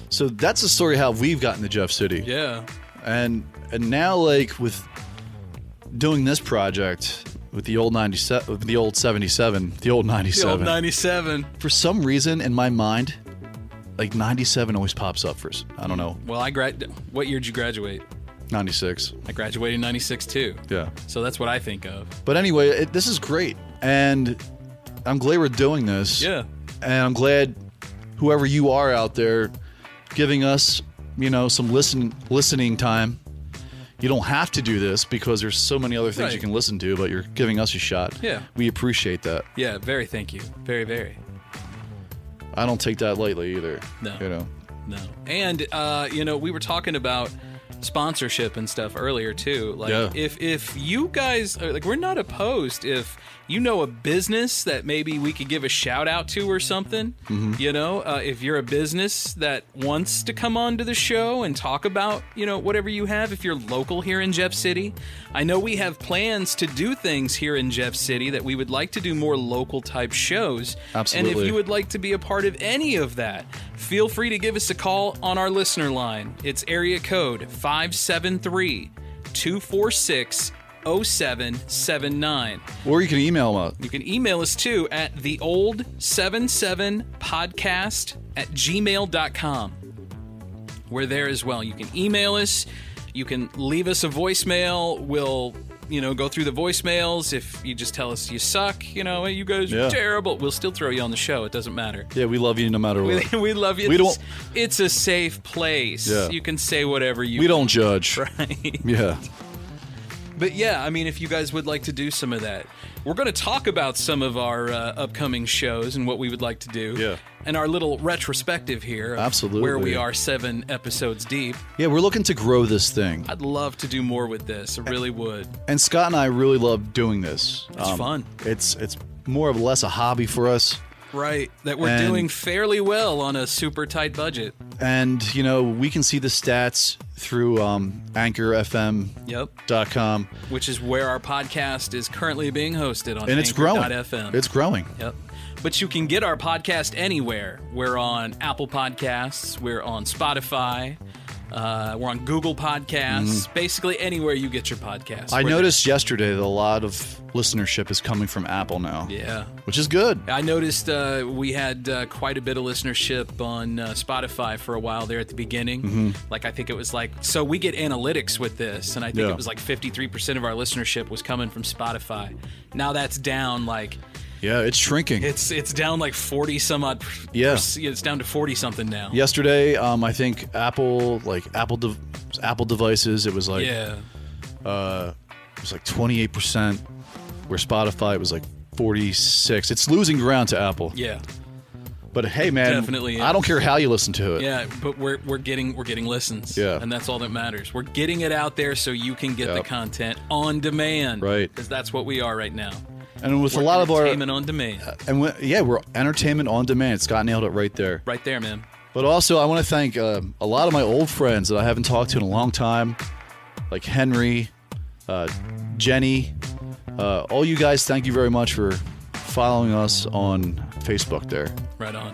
Speaker 4: So that's the story how we've gotten to Jeff City.
Speaker 3: Yeah.
Speaker 4: and and now like with doing this project with the old 97 with the old 77 the old
Speaker 3: The
Speaker 4: 97
Speaker 3: old 97.
Speaker 4: for some reason in my mind like 97 always pops up first i don't know
Speaker 3: Well, I grad. What year did you graduate?
Speaker 4: 96
Speaker 3: I graduated in 96 too.
Speaker 4: yeah
Speaker 3: So that's what I think of.
Speaker 4: but anyway it, this is great and i'm glad we're doing this
Speaker 3: Yeah.
Speaker 4: and i'm glad whoever you are out there giving us you know some listen listening time you don't have to do this because there's so many other things
Speaker 3: Right.
Speaker 4: you can listen to but you're giving us a shot
Speaker 3: Yeah.
Speaker 4: we appreciate that
Speaker 3: Yeah. Very thank you. Very, very.
Speaker 4: i don't take that lightly either
Speaker 3: No.
Speaker 4: you know
Speaker 3: No. And uh, you know, we were talking about sponsorship and stuff earlier too. Like
Speaker 4: Yeah.
Speaker 3: if if you guys are, like we're not opposed if you know a business that maybe we could give a shout out to or something. You know, uh, if you're a business that wants to come on to the show and talk about you know whatever you have, if you're local here in Jeff City, I know we have plans to do things here in Jeff City that we would like to do more local type shows. And if
Speaker 4: Absolutely.
Speaker 3: you would would like to be a part of any of that, feel free to give us a call on our listener line. It's area code 573 246 0779.
Speaker 4: or you can email uh, us
Speaker 3: You can email us too at theold77podcast at gmail.com. We're there as well. You can email us. You can leave us a voicemail. We'll, you know, go through the voicemails. If you just tell us you suck, you know, you guys
Speaker 4: Yeah.
Speaker 3: are terrible, we'll still throw you on the show. It doesn't matter.
Speaker 4: yeah we love you no matter what
Speaker 3: We, we love you.
Speaker 4: We
Speaker 3: It's-
Speaker 4: don't-
Speaker 3: It's a safe place.
Speaker 4: Yeah.
Speaker 3: You can say whatever you.
Speaker 4: we don't judge
Speaker 3: Right.
Speaker 4: yeah
Speaker 3: But yeah, I mean, if you guys would like to do some of that, we're going to talk about some of our uh, upcoming shows and what we would like to do.
Speaker 4: Yeah.
Speaker 3: And our little retrospective here. of
Speaker 4: Absolutely.
Speaker 3: Where we are seven episodes deep.
Speaker 4: yeah we're looking to grow this thing
Speaker 3: I'd love to do more with this. I really would.
Speaker 4: and Scott and I really love doing this. It's
Speaker 3: fun.
Speaker 4: It's it's more or less a hobby for us,
Speaker 3: Right. That we're
Speaker 4: And-
Speaker 3: doing fairly well on a super tight budget.
Speaker 4: and you know we can see the stats through um, AnchorFM.
Speaker 3: Yep.
Speaker 4: Dot com,
Speaker 3: Which is where our podcast is currently being hosted on
Speaker 4: and it's growing.
Speaker 3: Anchor.fm.
Speaker 4: It's growing.
Speaker 3: Yep. But you can get our podcast anywhere. We're on Apple Podcasts, we're on Spotify, uh, we're on Google Podcasts, basically anywhere you get your podcasts.
Speaker 4: Mm-hmm. I
Speaker 3: We're
Speaker 4: noticed yesterday that a lot of listenership is coming from Apple now,
Speaker 3: there. Yeah.
Speaker 4: which is good.
Speaker 3: I noticed uh, we had uh, quite a bit of listenership on uh, Spotify for a while there at the beginning.
Speaker 4: Mm-hmm.
Speaker 3: Like, I think it was like, so we get analytics with this, and I think
Speaker 4: Yeah.
Speaker 3: it was like 53% of our listenership was coming from Spotify. Now that's down like
Speaker 4: Yeah, it's shrinking.
Speaker 3: It's it's down like forty some odd.
Speaker 4: Yeah.
Speaker 3: perc- it's down to forty something now.
Speaker 4: yesterday, um, I think Apple, like Apple, de- Apple devices, it was like
Speaker 3: Yeah.
Speaker 4: it was like twenty eight percent, where Spotify it was like forty six. It's losing ground to Apple.
Speaker 3: Yeah.
Speaker 4: But hey, man,
Speaker 3: Definitely is.
Speaker 4: I don't care how you listen to it.
Speaker 3: Yeah. But we're we're getting we're getting listens.
Speaker 4: Yeah.
Speaker 3: And that's all that matters. We're getting it out there so you can get the
Speaker 4: Yep.
Speaker 3: content on demand.
Speaker 4: Right.
Speaker 3: Because that's what we are right now.
Speaker 4: And with a lot of our Uh,
Speaker 3: entertainment on demand.
Speaker 4: and we, yeah, we're entertainment on demand. Scott nailed it right there.
Speaker 3: right there, man.
Speaker 4: But also, I want to thank um, a lot of my old friends that I haven't talked to in a long time, like Henry, uh, Jenny. Uh, all you guys, thank you very much for following us on Facebook. There,
Speaker 3: Right on.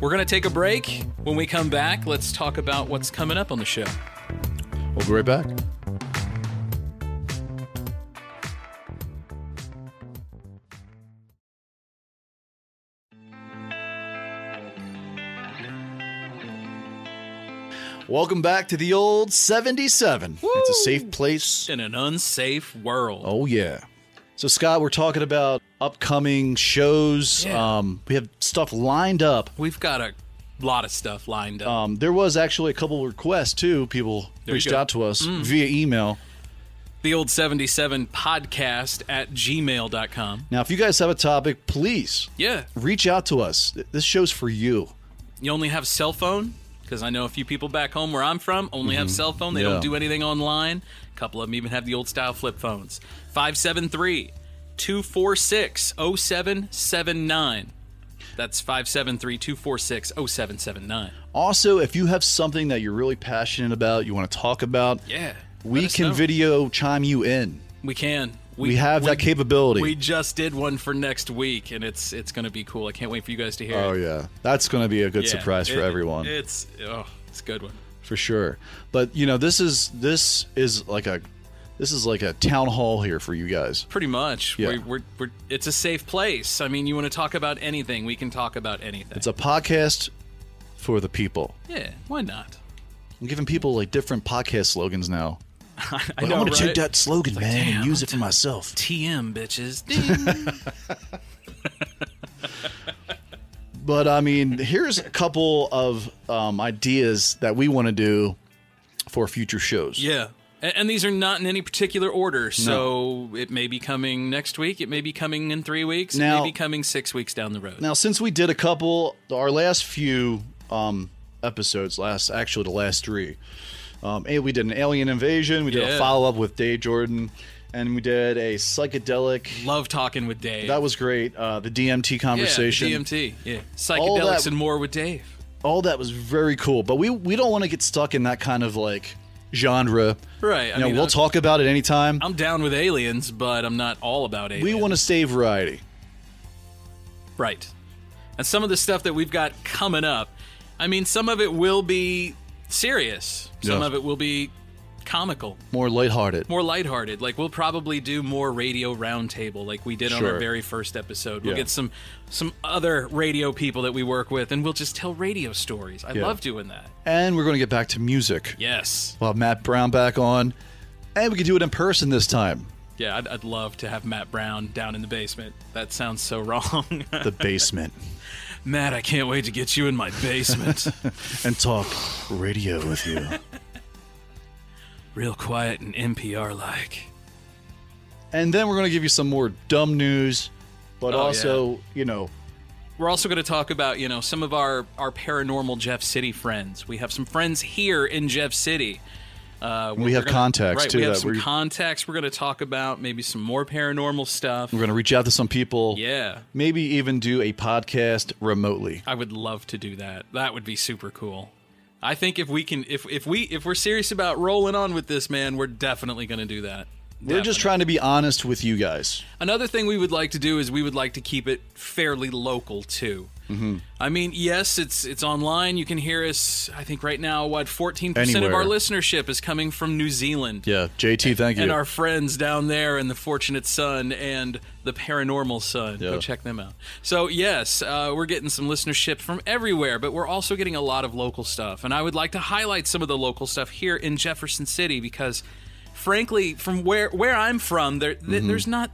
Speaker 3: We're gonna take a break. When we come back, let's talk about what's coming up on the show.
Speaker 4: we'll be right back. Welcome back to the old 77. It's a safe place.
Speaker 3: in an unsafe world.
Speaker 4: Oh, yeah. So, Scott, we're talking about upcoming shows.
Speaker 3: Yeah.
Speaker 4: Um, we have stuff lined up.
Speaker 3: We've got a lot of stuff lined up.
Speaker 4: Um, there was actually a couple requests, too. People
Speaker 3: There you
Speaker 4: reached
Speaker 3: go. Mm.
Speaker 4: out to us via email.
Speaker 3: the old 77 podcast at gmail.com.
Speaker 4: Now, if you guys have a topic, please
Speaker 3: Yeah.
Speaker 4: reach out to us. Th- This show's for you.
Speaker 3: You only have cell phone? Because I know a few people back home where I'm from only have cell phone. They
Speaker 4: Mm-hmm. Yeah.
Speaker 3: don't do anything online. A couple of them even have the old style flip phones. 573 246 0779. That's 573 246 0779.
Speaker 4: Also, if you have something that you're really passionate about, you want to talk about,
Speaker 3: Yeah. let
Speaker 4: we
Speaker 3: us
Speaker 4: can
Speaker 3: know.
Speaker 4: video chime you in.
Speaker 3: We can.
Speaker 4: We have that capability.
Speaker 3: We just did one for next week, and it's it's going to be cool. I can't wait for you guys to hear.
Speaker 4: Oh
Speaker 3: it.
Speaker 4: yeah, that's going to be a good
Speaker 3: Yeah,
Speaker 4: surprise for
Speaker 3: it-
Speaker 4: everyone,
Speaker 3: It's oh, it's a good one.
Speaker 4: for sure. But you know, this is this is like a this is like a town hall here for you guys.
Speaker 3: Pretty much.
Speaker 4: Yeah.
Speaker 3: We're, we're, we're, it's a safe place. I mean, you want to talk about anything, we can talk about anything.
Speaker 4: It's a podcast for the people.
Speaker 3: yeah, why not?
Speaker 4: I'm giving people like different podcast slogans now.
Speaker 3: I
Speaker 4: Like,
Speaker 3: know,
Speaker 4: I'm gonna
Speaker 3: right?
Speaker 4: take that slogan, man,
Speaker 3: damn,
Speaker 4: and use it for myself.
Speaker 3: TM bitches. Ding.
Speaker 4: But I mean, here's a couple of um, ideas that we want to do for future shows.
Speaker 3: yeah. And, and these are not in any particular order. So it may be coming next week. It may be coming in three weeks. it
Speaker 4: Now-
Speaker 3: may be coming six weeks down the road.
Speaker 4: Now, since we did a couple, our last few um, episodes, last actually the last three, um, and we did an alien invasion. We did a
Speaker 3: Yeah.
Speaker 4: follow up with Dave Jordan, and we did a psychedelic.
Speaker 3: Love talking with Dave.
Speaker 4: That was great. Uh, the DMT conversation.
Speaker 3: Yeah, DMT. Yeah.
Speaker 4: All
Speaker 3: Psychedelics
Speaker 4: that-
Speaker 3: and more with Dave.
Speaker 4: All that was very cool. But we we don't want to get stuck in that kind of like genre.
Speaker 3: Right,
Speaker 4: You
Speaker 3: I
Speaker 4: know,
Speaker 3: mean,
Speaker 4: we'll
Speaker 3: I-
Speaker 4: talk about it anytime.
Speaker 3: I'm down with aliens, but I'm not all about aliens.
Speaker 4: we want to stay variety.
Speaker 3: Right. And some of the stuff that we've got coming up, I mean, some of it will be serious, some
Speaker 4: Yeah.
Speaker 3: of it will be comical,
Speaker 4: More lighthearted.
Speaker 3: more lighthearted. Like we'll probably do more radio roundtable, like we did on
Speaker 4: Sure.
Speaker 3: our very first episode. We'll
Speaker 4: Yeah.
Speaker 3: get some some other radio people that we work with, and we'll just tell radio stories. I
Speaker 4: Yeah.
Speaker 3: love doing that.
Speaker 4: And we're going to get back to music.
Speaker 3: Yes.
Speaker 4: We'll have Matt Brown back on. And we can do it in person this time.
Speaker 3: Yeah, I'd, I'd love to have Matt Brown down in the basement. That sounds so wrong.
Speaker 4: The basement.
Speaker 3: Matt, I can't wait to get you in my basement.
Speaker 4: and talk radio with you.
Speaker 3: Real quiet and NPR like.
Speaker 4: and then we're going to give you some more dumb news, but
Speaker 3: Oh,
Speaker 4: also, you know,
Speaker 3: We're also going to talk about, you know, some of our, our paranormal Jeff City friends. We have some friends here in Jeff City. Uh,
Speaker 4: We have contacts,
Speaker 3: right,
Speaker 4: too,
Speaker 3: We have
Speaker 4: that
Speaker 3: some
Speaker 4: we-
Speaker 3: contacts we're going to talk about, maybe some more paranormal stuff.
Speaker 4: we're going to reach out to some people.
Speaker 3: Yeah,
Speaker 4: Maybe even do a podcast remotely.
Speaker 3: I would love to do that. That would be super cool. I think if we can, if if we if we're serious about rolling on with this, man, we're definitely going to do that.
Speaker 4: We're just trying to be honest with you guys.
Speaker 3: Another thing we would like to do is we would like to keep it fairly local too. Mm-hmm. I mean, yes, it's it's online. You can hear us. I think right now, what fourteen percent of
Speaker 4: Anywhere.
Speaker 3: our listenership is coming from New Zealand.
Speaker 4: Yeah, JT, thank
Speaker 3: And our friends down there in the Fortunate Sun and the Paranormal Sun.
Speaker 4: Yeah.
Speaker 3: Go check them out. So, yes, uh, we're getting some listenership from everywhere, but we're also getting a lot of local stuff. And I would like to highlight some of the local stuff here in Jefferson City because, frankly, from where, where I'm from, there, th-
Speaker 4: Mm-hmm.
Speaker 3: there's not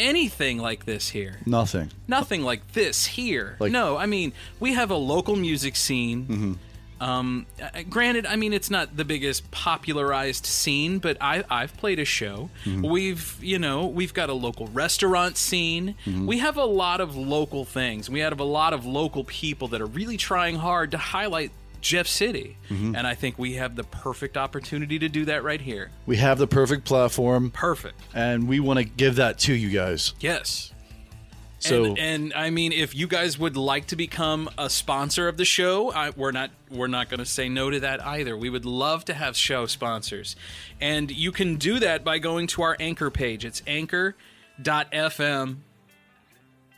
Speaker 3: anything like this here.
Speaker 4: Nothing.
Speaker 3: Nothing like this here.
Speaker 4: Like-
Speaker 3: no, I mean, we have a local music scene. Um, uh, granted, I mean, it's not the biggest popularized scene, but I, I've played a show. We've, you know, we've got a local restaurant scene. We have a lot of local things. We have a lot of local people that are really trying hard to highlight Jeff City. And I think we have the perfect opportunity to do that right here.
Speaker 4: We have the perfect platform,
Speaker 3: Perfect.
Speaker 4: and we want to give that to you guys.
Speaker 3: Yes.
Speaker 4: So-
Speaker 3: and, and I mean, if you guys would like to become a sponsor of the show, I, we're not we're not going to say no to that either. We would love to have show sponsors, and you can do that by going to our anchor page. It's anchor.fm.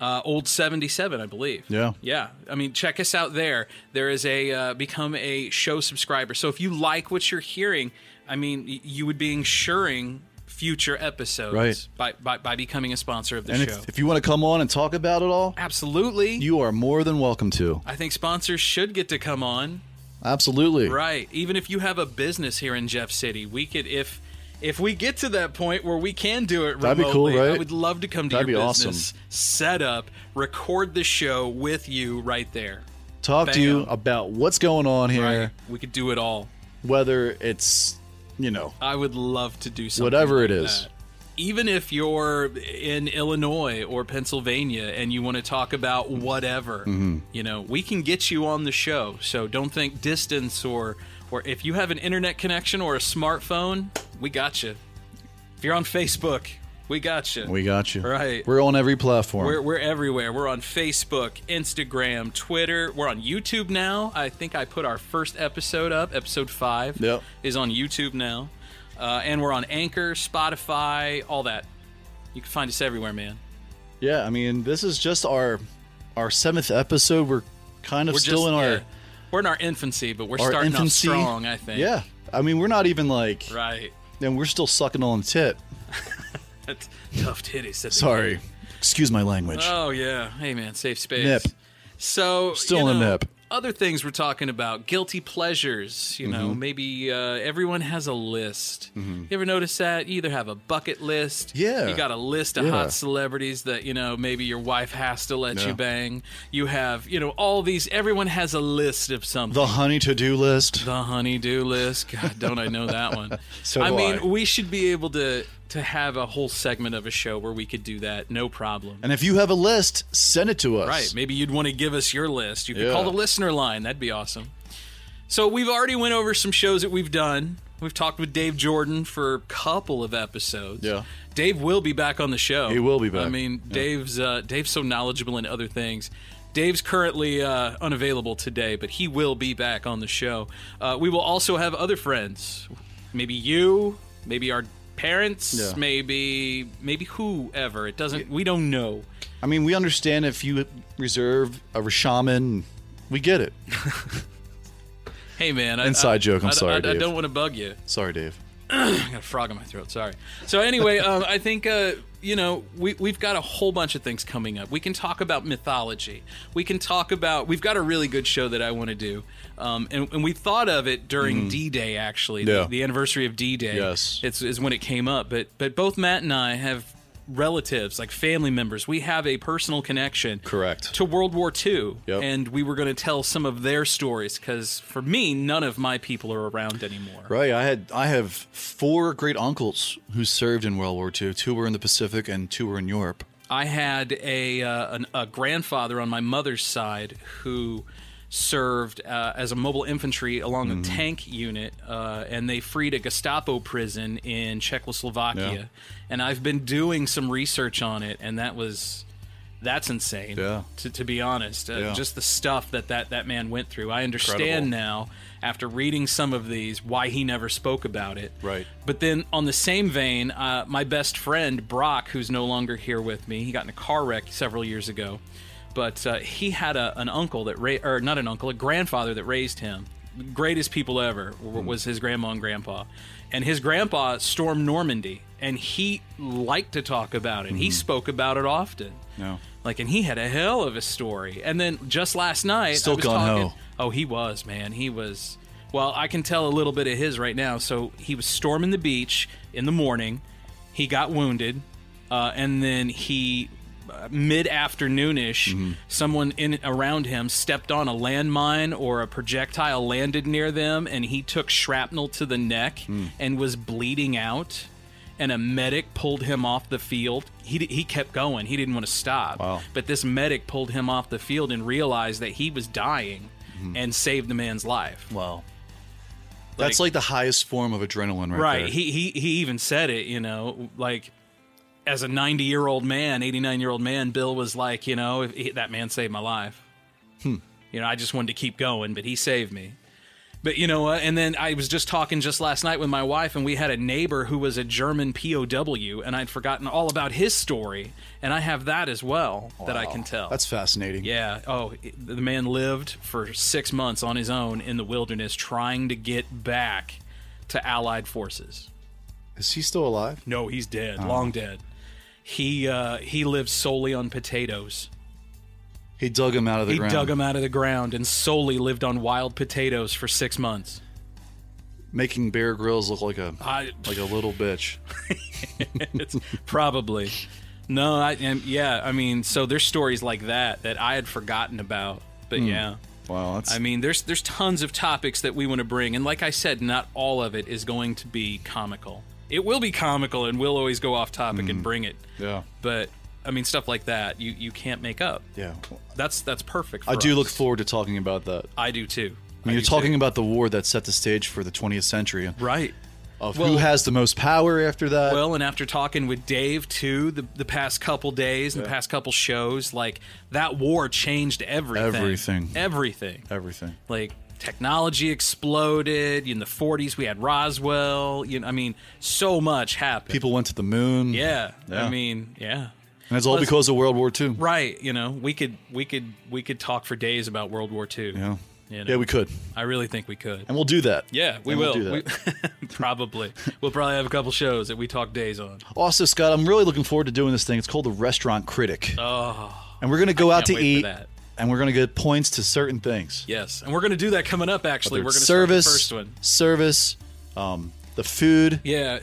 Speaker 3: Uh, old 77 i believe
Speaker 4: Yeah.
Speaker 3: yeah i mean check us out there there is a uh, become a show subscriber so if you like what you're hearing i mean y- you would be ensuring future episodes
Speaker 4: Right.
Speaker 3: by, by, by becoming a sponsor of the
Speaker 4: And
Speaker 3: show.
Speaker 4: if, if you want to come on and talk about it all,
Speaker 3: Absolutely.
Speaker 4: you are more than welcome to.
Speaker 3: I think sponsors should get to come on.
Speaker 4: absolutely.
Speaker 3: Right. Even if you have a business here in Jeff City, we could if if we get to that point where we can do it remotely,
Speaker 4: That'd be cool,
Speaker 3: I
Speaker 4: right?
Speaker 3: would love to come to
Speaker 4: That'd
Speaker 3: your
Speaker 4: be awesome.
Speaker 3: business, set up, record the show with you right there.
Speaker 4: Talk to you
Speaker 3: Bam.
Speaker 4: about what's going on here,
Speaker 3: Right. We could do it all.
Speaker 4: whether it's, you know,
Speaker 3: I would love to do something.
Speaker 4: Whatever it
Speaker 3: like
Speaker 4: is.
Speaker 3: that. Even if you're in Illinois or Pennsylvania and you want to talk about whatever,
Speaker 4: Mm-hmm.
Speaker 3: you know, we can get you on the show. So don't think distance or or if you have an internet connection or a smartphone, we got you. If you're on Facebook, we got you.
Speaker 4: we got you.
Speaker 3: Right.
Speaker 4: We're on every platform.
Speaker 3: We're, we're everywhere. We're on Facebook, Instagram, Twitter. We're on YouTube now. I think I put our first episode up. Episode five
Speaker 4: Yep.
Speaker 3: is on YouTube now. Uh, and we're on Anchor, Spotify, all that. You can find us everywhere, man.
Speaker 4: yeah, I mean, this is just our our seventh episode. We're kind of
Speaker 3: We're
Speaker 4: still
Speaker 3: just-
Speaker 4: in our
Speaker 3: yeah, we're in our infancy, but we're
Speaker 4: our
Speaker 3: starting
Speaker 4: infancy.
Speaker 3: off strong. I think.
Speaker 4: Yeah. I mean, we're not even like,
Speaker 3: Right.
Speaker 4: and we're still sucking on the tip.
Speaker 3: That's tough titties. said the
Speaker 4: Sorry. Excuse my language.
Speaker 3: Oh yeah, hey man, safe space.
Speaker 4: Nip.
Speaker 3: So
Speaker 4: Still
Speaker 3: you
Speaker 4: in the
Speaker 3: know,
Speaker 4: nip.
Speaker 3: Other things we're talking about, guilty pleasures. You
Speaker 4: Mm-hmm.
Speaker 3: know, maybe uh, everyone has a list. You ever notice that? You either have a bucket list.
Speaker 4: Yeah.
Speaker 3: You got a list of
Speaker 4: Yeah.
Speaker 3: hot celebrities that you know maybe your wife has to let
Speaker 4: Yeah.
Speaker 3: you bang. You have you know all these. Everyone has a list of something.
Speaker 4: the honey to do list.
Speaker 3: The honeydew list. God, don't I know that one?
Speaker 4: So
Speaker 3: I
Speaker 4: do
Speaker 3: mean,
Speaker 4: I.
Speaker 3: we should be able to to have a whole segment of a show where we could do that, no problem.
Speaker 4: and if you have a list, send it to us.
Speaker 3: Right. Maybe you'd want to give us your list. You could
Speaker 4: Yeah.
Speaker 3: call the listener line. That'd be awesome. So we've already went over some shows that we've done. We've talked with Dave Jordan for a couple of episodes.
Speaker 4: Yeah.
Speaker 3: Dave will be back on the show.
Speaker 4: He will be back.
Speaker 3: I mean, Dave's uh, Dave's so knowledgeable in other things. Dave's currently uh, unavailable today, but he will be back on the show. Uh, we will also have other friends. Maybe you. Maybe our parents.
Speaker 4: Yeah.
Speaker 3: Maybe maybe whoever. It doesn't. We don't know.
Speaker 4: I mean, we understand if you reserve a shaman, we get it.
Speaker 3: Hey man, I,
Speaker 4: Inside
Speaker 3: I-
Speaker 4: joke, I'm
Speaker 3: I-
Speaker 4: sorry,
Speaker 3: I, I
Speaker 4: Dave.
Speaker 3: don't want to bug you.
Speaker 4: Sorry, Dave.
Speaker 3: I got a frog in my throat. Sorry. So anyway, um, I think uh, you know we we've got a whole bunch of things coming up. We can talk about mythology. We can talk about. We've got a really good show that I want to do, um, and, and we thought of it during D Day actually, the-
Speaker 4: Mm-hmm. Yeah.
Speaker 3: the, anniversary of D Day.
Speaker 4: Yes.
Speaker 3: it's is when it came up. But but both Matt and I have relatives like family members. We have a personal connection.
Speaker 4: Correct.
Speaker 3: To World War II,
Speaker 4: Yep.
Speaker 3: and we were going to tell some of their stories because for me, none of my people are around anymore.
Speaker 4: Right. I had I have four great uncles who served in World War II. Two were in the Pacific and two were in Europe.
Speaker 3: I had a uh, an, a grandfather on my mother's side who served uh, as a mobile infantry along
Speaker 4: Mm-hmm.
Speaker 3: a tank unit, uh, and they freed a Gestapo prison in Czechoslovakia.
Speaker 4: Yeah.
Speaker 3: And I've been doing some research on it, and that was that's insane.
Speaker 4: Yeah.
Speaker 3: To, to be honest, uh,
Speaker 4: Yeah.
Speaker 3: just the stuff that, that that man went through. I understand
Speaker 4: Incredible.
Speaker 3: now after reading some of these why he never spoke about it.
Speaker 4: Right.
Speaker 3: But then, on the same vein, uh, my best friend Brock, who's no longer here with me, he got in a car wreck several years ago. But uh, he had a, an uncle that, ra- or not an uncle, a grandfather that raised him. Greatest people ever
Speaker 4: Hmm.
Speaker 3: w- was his grandma and grandpa. And his grandpa stormed Normandy, and he liked to talk about it. He spoke about it often.
Speaker 4: Hmm. Yeah.
Speaker 3: Like, and he had a hell of a story. And then just last night,
Speaker 4: Still
Speaker 3: I was
Speaker 4: gung ho.
Speaker 3: talking. Oh, he was, man. He was. Well, I can tell a little bit of his right now. So he was storming the beach in the morning. He got wounded, uh, and then he, uh, mid afternoonish, someone in around him stepped on a landmine or a projectile landed near them, and he took shrapnel to the neck and was bleeding out. And a medic pulled him off the field. He, d- he kept going. He didn't want to stop.
Speaker 4: Wow.
Speaker 3: But this medic pulled him off the field and realized that he was dying
Speaker 4: Mm-hmm.
Speaker 3: and saved the man's life.
Speaker 4: Wow. That's
Speaker 3: Like-
Speaker 4: like the highest form of adrenaline, right?
Speaker 3: Right.
Speaker 4: there.
Speaker 3: He, he he even said it, you know, like as a 90-year-old man, 89-year-old man, Bill was like, you know, if, that man saved my life.
Speaker 4: Hmm.
Speaker 3: You know, I just wanted to keep going, but he saved me. But you know what? And then I was just talking just last night with my wife, and we had a neighbor who was a German POW, and I'd forgotten all about his story, and I have that as well that I can tell.
Speaker 4: That's fascinating.
Speaker 3: Yeah. Oh, it- the man lived for six months on his own in the wilderness trying to get back to Allied forces.
Speaker 4: Is he still alive?
Speaker 3: No, he's
Speaker 4: Oh.
Speaker 3: dead, long dead. He uh, he lived solely on potatoes.
Speaker 4: He dug him out of the
Speaker 3: He
Speaker 4: ground.
Speaker 3: dug him out of the ground and solely lived on wild potatoes for six months.
Speaker 4: making Bear Grylls look like a
Speaker 3: I,
Speaker 4: like a little bitch.
Speaker 3: it's probably. No, I and yeah, I mean, so there's stories like that that I had forgotten about, but
Speaker 4: Hmm.
Speaker 3: yeah.
Speaker 4: Wow, that's
Speaker 3: I mean, there's there's tons of topics that we want to bring, and like I said, not all of it is going to be comical. It will be comical, and we'll always go off topic and bring it.
Speaker 4: Mm. yeah,
Speaker 3: But I mean, stuff like that you you can't make up.
Speaker 4: yeah.
Speaker 3: That's that's perfect. For
Speaker 4: I do
Speaker 3: us.
Speaker 4: look forward to talking about that.
Speaker 3: I do too.
Speaker 4: I
Speaker 3: I
Speaker 4: mean, you're
Speaker 3: do
Speaker 4: talking
Speaker 3: too.
Speaker 4: about the war that set the stage for the 20th century
Speaker 3: right.
Speaker 4: of who
Speaker 3: Well-
Speaker 4: has the most power after that.
Speaker 3: Well, and after talking with Dave too, the, the past couple days and the past couple shows, like that war changed everything.
Speaker 4: Everything.
Speaker 3: Everything.
Speaker 4: everything.
Speaker 3: Like technology exploded. In the 40s, we had Roswell. You know, I mean, so much happened.
Speaker 4: People went to the moon.
Speaker 3: yeah,
Speaker 4: Yeah.
Speaker 3: I mean, yeah.
Speaker 4: and it's all
Speaker 3: Let's-
Speaker 4: because of World War II.
Speaker 3: Right. You know, we could we could we could talk for days about World War II.
Speaker 4: Yeah,
Speaker 3: You know,
Speaker 4: yeah, we could,
Speaker 3: I really think we could.
Speaker 4: and we'll do that.
Speaker 3: Yeah, we
Speaker 4: And
Speaker 3: will.
Speaker 4: we'll do that.
Speaker 3: We- probably. We'll probably have a couple shows that we talk days on.
Speaker 4: Also, Scott, I'm really looking forward to doing this thing. It's called the Restaurant Critic. Oh. And we're going to go
Speaker 3: can't
Speaker 4: out to
Speaker 3: wait for
Speaker 4: eat,
Speaker 3: that.
Speaker 4: and we're going to get points to certain things.
Speaker 3: Yes, and we're going to do that coming up. Actually, we're
Speaker 4: Whether
Speaker 3: going to
Speaker 4: it's
Speaker 3: start the
Speaker 4: service,
Speaker 3: first one.
Speaker 4: service, um, the food,
Speaker 3: Yeah,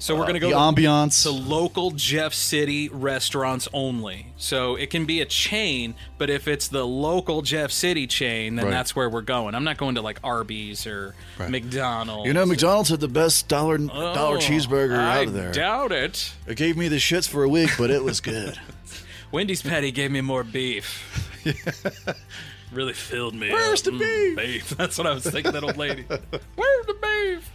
Speaker 3: so we're going to
Speaker 4: Uh, the
Speaker 3: go to
Speaker 4: ambiance.
Speaker 3: to local Jeff City restaurants only. So it can be a chain, but if it's the local Jeff City chain, then
Speaker 4: Right.
Speaker 3: that's where we're going. I'm not going to like Arby's or McDonald's.
Speaker 4: you know, McDonald's had the best dollar
Speaker 3: Oh,
Speaker 4: dollar cheeseburger
Speaker 3: I
Speaker 4: out of there.
Speaker 3: Doubt it.
Speaker 4: it gave me the shits for a week, but it was good.
Speaker 3: Wendy's patty gave me more beef. really filled me.
Speaker 4: Where's
Speaker 3: up. Mm,
Speaker 4: the beef?
Speaker 3: beef? That's what I was thinking, that old lady. Where's the beef?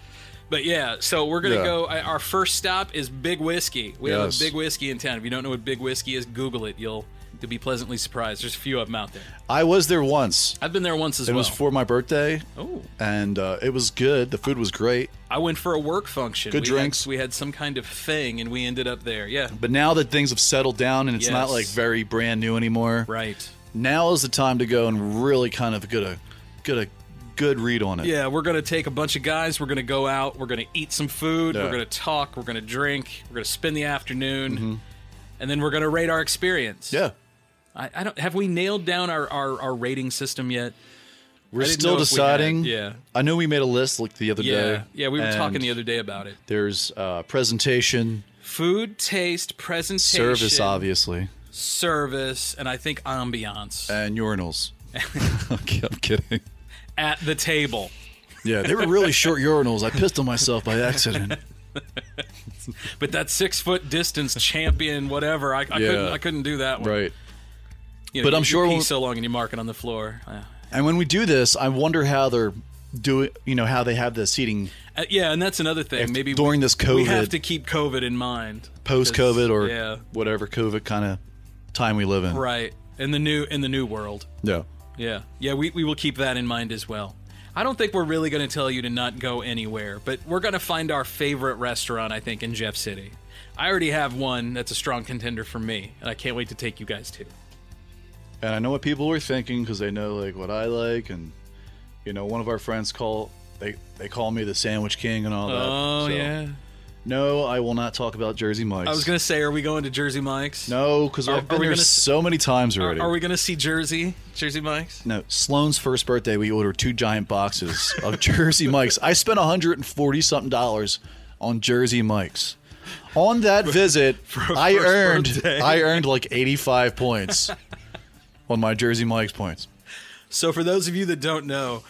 Speaker 3: But yeah, so we're gonna
Speaker 4: Yeah.
Speaker 3: go. I- Our first stop is Big Whiskey. We
Speaker 4: Yes.
Speaker 3: have a Big Whiskey in town. If you don't know what Big Whiskey is, Google it. You'll you'll be pleasantly surprised. There's a few of them out there.
Speaker 4: I was there once.
Speaker 3: I've been there once as
Speaker 4: It
Speaker 3: well.
Speaker 4: was for my birthday,
Speaker 3: oh,
Speaker 4: and uh, it was good. The food was great.
Speaker 3: I went for a work function.
Speaker 4: Good
Speaker 3: we
Speaker 4: drinks. Mm-hmm.
Speaker 3: Had, we had some kind of thing, and we ended up there. Yeah,
Speaker 4: But now that things have settled down and it's not
Speaker 3: Yes.
Speaker 4: like very brand new anymore,
Speaker 3: right.
Speaker 4: now is the time to go and really kind of get a get a good read on it.
Speaker 3: Yeah, we're gonna take a bunch of guys. We're gonna go out. We're gonna eat some food.
Speaker 4: Yeah.
Speaker 3: We're gonna talk. We're gonna drink. We're gonna spend the afternoon, and then we're gonna rate our experience.
Speaker 4: Mm-hmm. Yeah.
Speaker 3: I, I don't have we nailed down our our, our rating system yet.
Speaker 4: We're
Speaker 3: I didn't
Speaker 4: still
Speaker 3: know if we had-
Speaker 4: deciding.
Speaker 3: yeah.
Speaker 4: I know we made a list like the other
Speaker 3: Yeah,
Speaker 4: day.
Speaker 3: yeah. We were
Speaker 4: and
Speaker 3: talking the other day about it.
Speaker 4: There's uh, presentation,
Speaker 3: Food, taste, presentation,
Speaker 4: service, obviously,
Speaker 3: service, and I think ambiance
Speaker 4: and urinals. Okay, I'm kidding.
Speaker 3: at the table.
Speaker 4: Yeah, they were really short urinals. I pissed on myself by accident.
Speaker 3: But that six foot distance champion, whatever, I, I couldn't I couldn't do that one.
Speaker 4: Right.
Speaker 3: You know,
Speaker 4: But
Speaker 3: you-
Speaker 4: I'm
Speaker 3: you
Speaker 4: sure
Speaker 3: pee
Speaker 4: we'll-
Speaker 3: so long and you mark it on the floor. Yeah.
Speaker 4: And when we do this, I wonder how they're doing. You know how they have the seating
Speaker 3: Uh, yeah, and that's another thing. Maybe
Speaker 4: during this
Speaker 3: we have
Speaker 4: COVID.
Speaker 3: to keep COVID in mind.
Speaker 4: post COVID or
Speaker 3: yeah,
Speaker 4: whatever COVID kind of time we live in.
Speaker 3: right in the new in the new world.
Speaker 4: Yeah.
Speaker 3: Yeah, yeah, we we will keep that in mind as well. I don't think we're really going to tell you to not go anywhere, but we're going to find our favorite restaurant. I think in Jeff City. I already have one that's a strong contender for me, and I can't wait to take you guys to.
Speaker 4: And I know what people were thinking because they know like what I like, and you know one of our friends call they they call me the Sandwich King and all that.
Speaker 3: Oh
Speaker 4: so-
Speaker 3: yeah,
Speaker 4: No, I will not talk about Jersey Mike's.
Speaker 3: I was going to say, are we going to Jersey Mike's?
Speaker 4: No, because
Speaker 3: Are-
Speaker 4: I've been
Speaker 3: are we
Speaker 4: there
Speaker 3: gonna s-
Speaker 4: so many times already.
Speaker 3: Are we going to see Jersey Jersey Mike's?
Speaker 4: no, Sloan's first birthday, we ordered two giant boxes of Jersey Mike's. I spent 140 something dollars on Jersey Mike's. On that visit,
Speaker 3: a
Speaker 4: I
Speaker 3: first
Speaker 4: earned
Speaker 3: birthday.
Speaker 4: I earned like 85 points on my Jersey Mike's points.
Speaker 3: So, for those of you that don't know,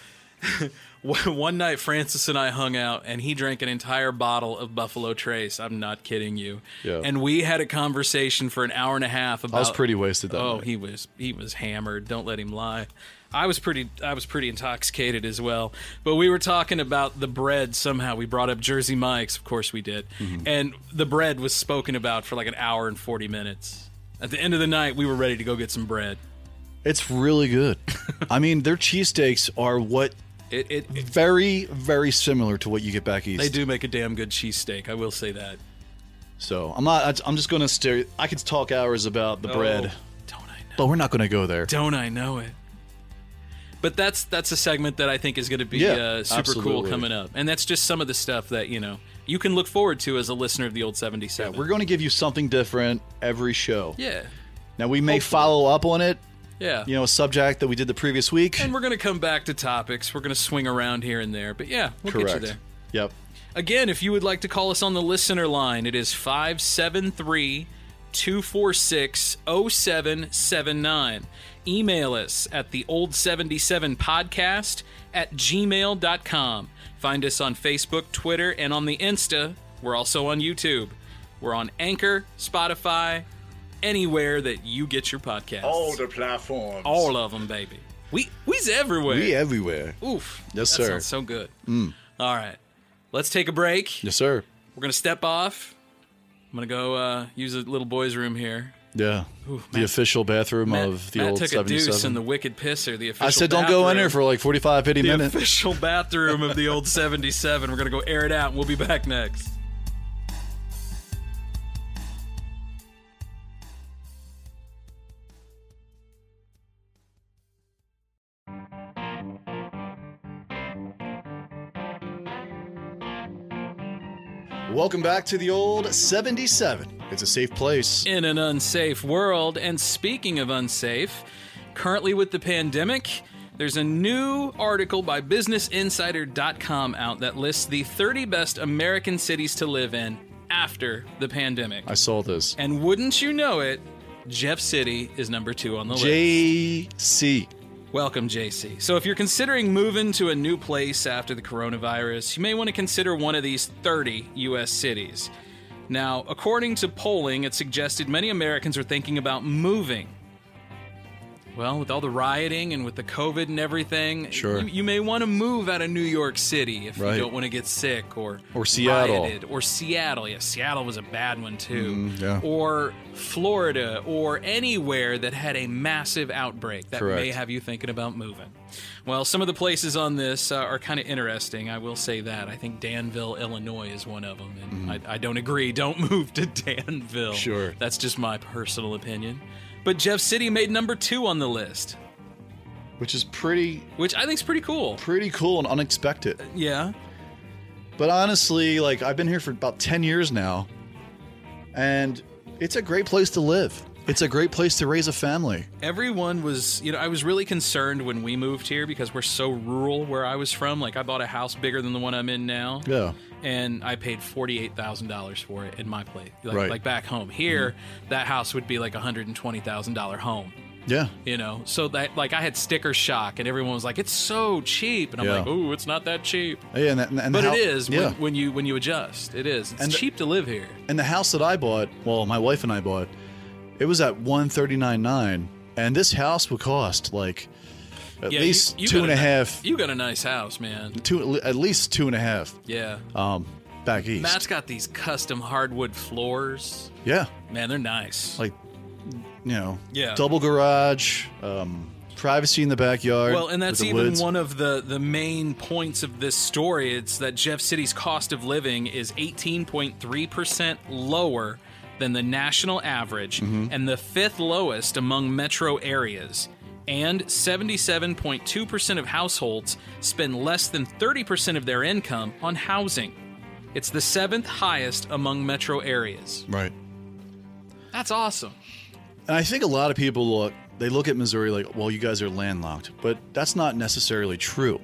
Speaker 3: one one night Francis and I hung out, and he drank an entire bottle of Buffalo Trace. I'm not kidding you.
Speaker 4: Yeah.
Speaker 3: And we had a conversation for an hour and a half about.
Speaker 4: I was pretty wasted that
Speaker 3: Oh,
Speaker 4: night.
Speaker 3: he was he was hammered. Don't let him lie. I was pretty I was pretty intoxicated as well. But we were talking about the bread somehow. We brought up Jersey Mike's, of course we did.
Speaker 4: Mm-hmm.
Speaker 3: And the bread was spoken about for like an hour and 40 minutes. At the end of the night, we were ready to go get some bread.
Speaker 4: It's really good. I mean, their cheesesteaks are what
Speaker 3: It, it, it
Speaker 4: very very similar to what you get back east.
Speaker 3: They do make a damn good cheesesteak. I will say that.
Speaker 4: So, I'm not I'm just going to stare I could talk hours about the bread,
Speaker 3: Oh, don't I know?
Speaker 4: but we're not going to go there.
Speaker 3: Don't I know it? But that's that's a segment that I think is going to be
Speaker 4: Yeah,
Speaker 3: uh, super cool
Speaker 4: absolutely.
Speaker 3: coming up, and that's just some of the stuff that you know you can look forward to as a listener of the old seventy seven.
Speaker 4: We're going to give you something different every show.
Speaker 3: yeah,
Speaker 4: Now we may follow up on it
Speaker 3: Yeah.
Speaker 4: you know, a subject that we did the previous week.
Speaker 3: And we're going to come back to topics. We're going to swing around here and there. But yeah, we'll get you there.
Speaker 4: Yep.
Speaker 3: Again, if you would like to call us on the listener line, it is 573 246 0779. Email us at the old 77 podcast at gmail.com. Find us on Facebook, Twitter, and on the Insta. We're also on YouTube. We're on Anchor, Spotify, anywhere that you get your podcasts.
Speaker 5: All the platforms.
Speaker 3: All of them, baby. We we's everywhere.
Speaker 4: We everywhere.
Speaker 3: Oof. that
Speaker 4: Yes, sir.
Speaker 3: Sounds so good. All right. Let's take a break.
Speaker 4: Yes, sir.
Speaker 3: We're going to step off. I'm going to go uh, use a little boy's room here.
Speaker 4: Yeah. the official bathroom
Speaker 3: Matt,
Speaker 4: of the
Speaker 3: Matt
Speaker 4: old
Speaker 3: took a
Speaker 4: 77.
Speaker 3: deuce in the Wicked Pisser, the official
Speaker 4: I said, don't go
Speaker 3: bathroom-
Speaker 4: in there for like 45, 50
Speaker 3: the
Speaker 4: minutes.
Speaker 3: official bathroom of the old 77. We're going to go air it out, and we'll be back next.
Speaker 4: Welcome back to the old 77. It's a safe place.
Speaker 3: in an unsafe world. And speaking of unsafe, currently with the pandemic, there's a new article by BusinessInsider.com out that lists the 30 best American cities to live in after the pandemic.
Speaker 4: I saw this.
Speaker 3: And wouldn't you know it, Jeff City is number two on the list.
Speaker 4: JC.
Speaker 3: Welcome, JC. So, if you're considering moving to a new place after the coronavirus, you may want to consider one of these 30 U.S. cities. Now, according to polling, it suggested many Americans are thinking about moving. Well, with all the rioting and with the COVID and everything,
Speaker 4: Sure.
Speaker 3: you, you may want to move out of New York City if
Speaker 4: Right.
Speaker 3: you don't want to get sick or
Speaker 4: Or Seattle. Mm,
Speaker 3: rioted. or Seattle. Yeah, Seattle was a bad one too.
Speaker 4: yeah.
Speaker 3: Or Florida or anywhere that had a massive outbreak that may
Speaker 4: Correct.
Speaker 3: have you thinking about moving. Well, some of the places on this uh, are kind of interesting. I will say that. I think Danville, Illinois is one of them. And I, I don't agree. Don't move to Danville.
Speaker 4: Sure.
Speaker 3: That's just my personal opinion. But Jeff City made number two on the list,
Speaker 4: Which is pretty,
Speaker 3: which I think is pretty cool.
Speaker 4: pretty cool and unexpected.
Speaker 3: Yeah.
Speaker 4: But honestly, like I've been here for about 10 years now, and it's a great place to live. It's a great place to raise a family.
Speaker 3: Everyone was, you know, I was really concerned when we moved here because we're so rural where I was from. Like, I bought a house bigger than the one I'm in now.
Speaker 4: Yeah.
Speaker 3: and I paid forty eight thousand dollars for it in my place, like,
Speaker 4: Right. Mm-hmm.
Speaker 3: like back home. Here, that house would be like a hundred and twenty thousand dollar home.
Speaker 4: Yeah.
Speaker 3: You know, so that like I had sticker shock, and everyone was like, "It's so cheap," and I'm
Speaker 4: Yeah.
Speaker 3: like, "Ooh, it's not that cheap,"
Speaker 4: Yeah, and, that, and
Speaker 3: but
Speaker 4: how-
Speaker 3: it is
Speaker 4: Yeah.
Speaker 3: when, when you when you adjust. It is. It's
Speaker 4: And the-
Speaker 3: cheap to live here.
Speaker 4: and the house that I bought, well, my wife and I bought, it was at one thirty nine nine, and this house would cost like at
Speaker 3: Yeah, you-
Speaker 4: least
Speaker 3: you
Speaker 4: two
Speaker 3: got
Speaker 4: and a
Speaker 3: ni-
Speaker 4: half,
Speaker 3: You got a nice house, man.
Speaker 4: two at least two and a half,
Speaker 3: Yeah,
Speaker 4: um, back east.
Speaker 3: Matt's got these custom hardwood floors.
Speaker 4: yeah,
Speaker 3: Man, they're nice.
Speaker 4: like you know,
Speaker 3: Yeah.
Speaker 4: double garage, um, privacy in the backyard.
Speaker 3: Well, and that's
Speaker 4: with the
Speaker 3: even
Speaker 4: woods.
Speaker 3: one of the the main points of this story. It's that Jeff City's cost of living is 18.3% lower than the national average
Speaker 4: Mm-hmm.
Speaker 3: and the fifth lowest among metro areas. And 77.2% of households spend less than 30% of their income on housing. It's the seventh highest among metro areas.
Speaker 4: right.
Speaker 3: That's awesome.
Speaker 4: And I think a lot of people look they look at Missouri like, well, you guys are landlocked, but that's not necessarily true.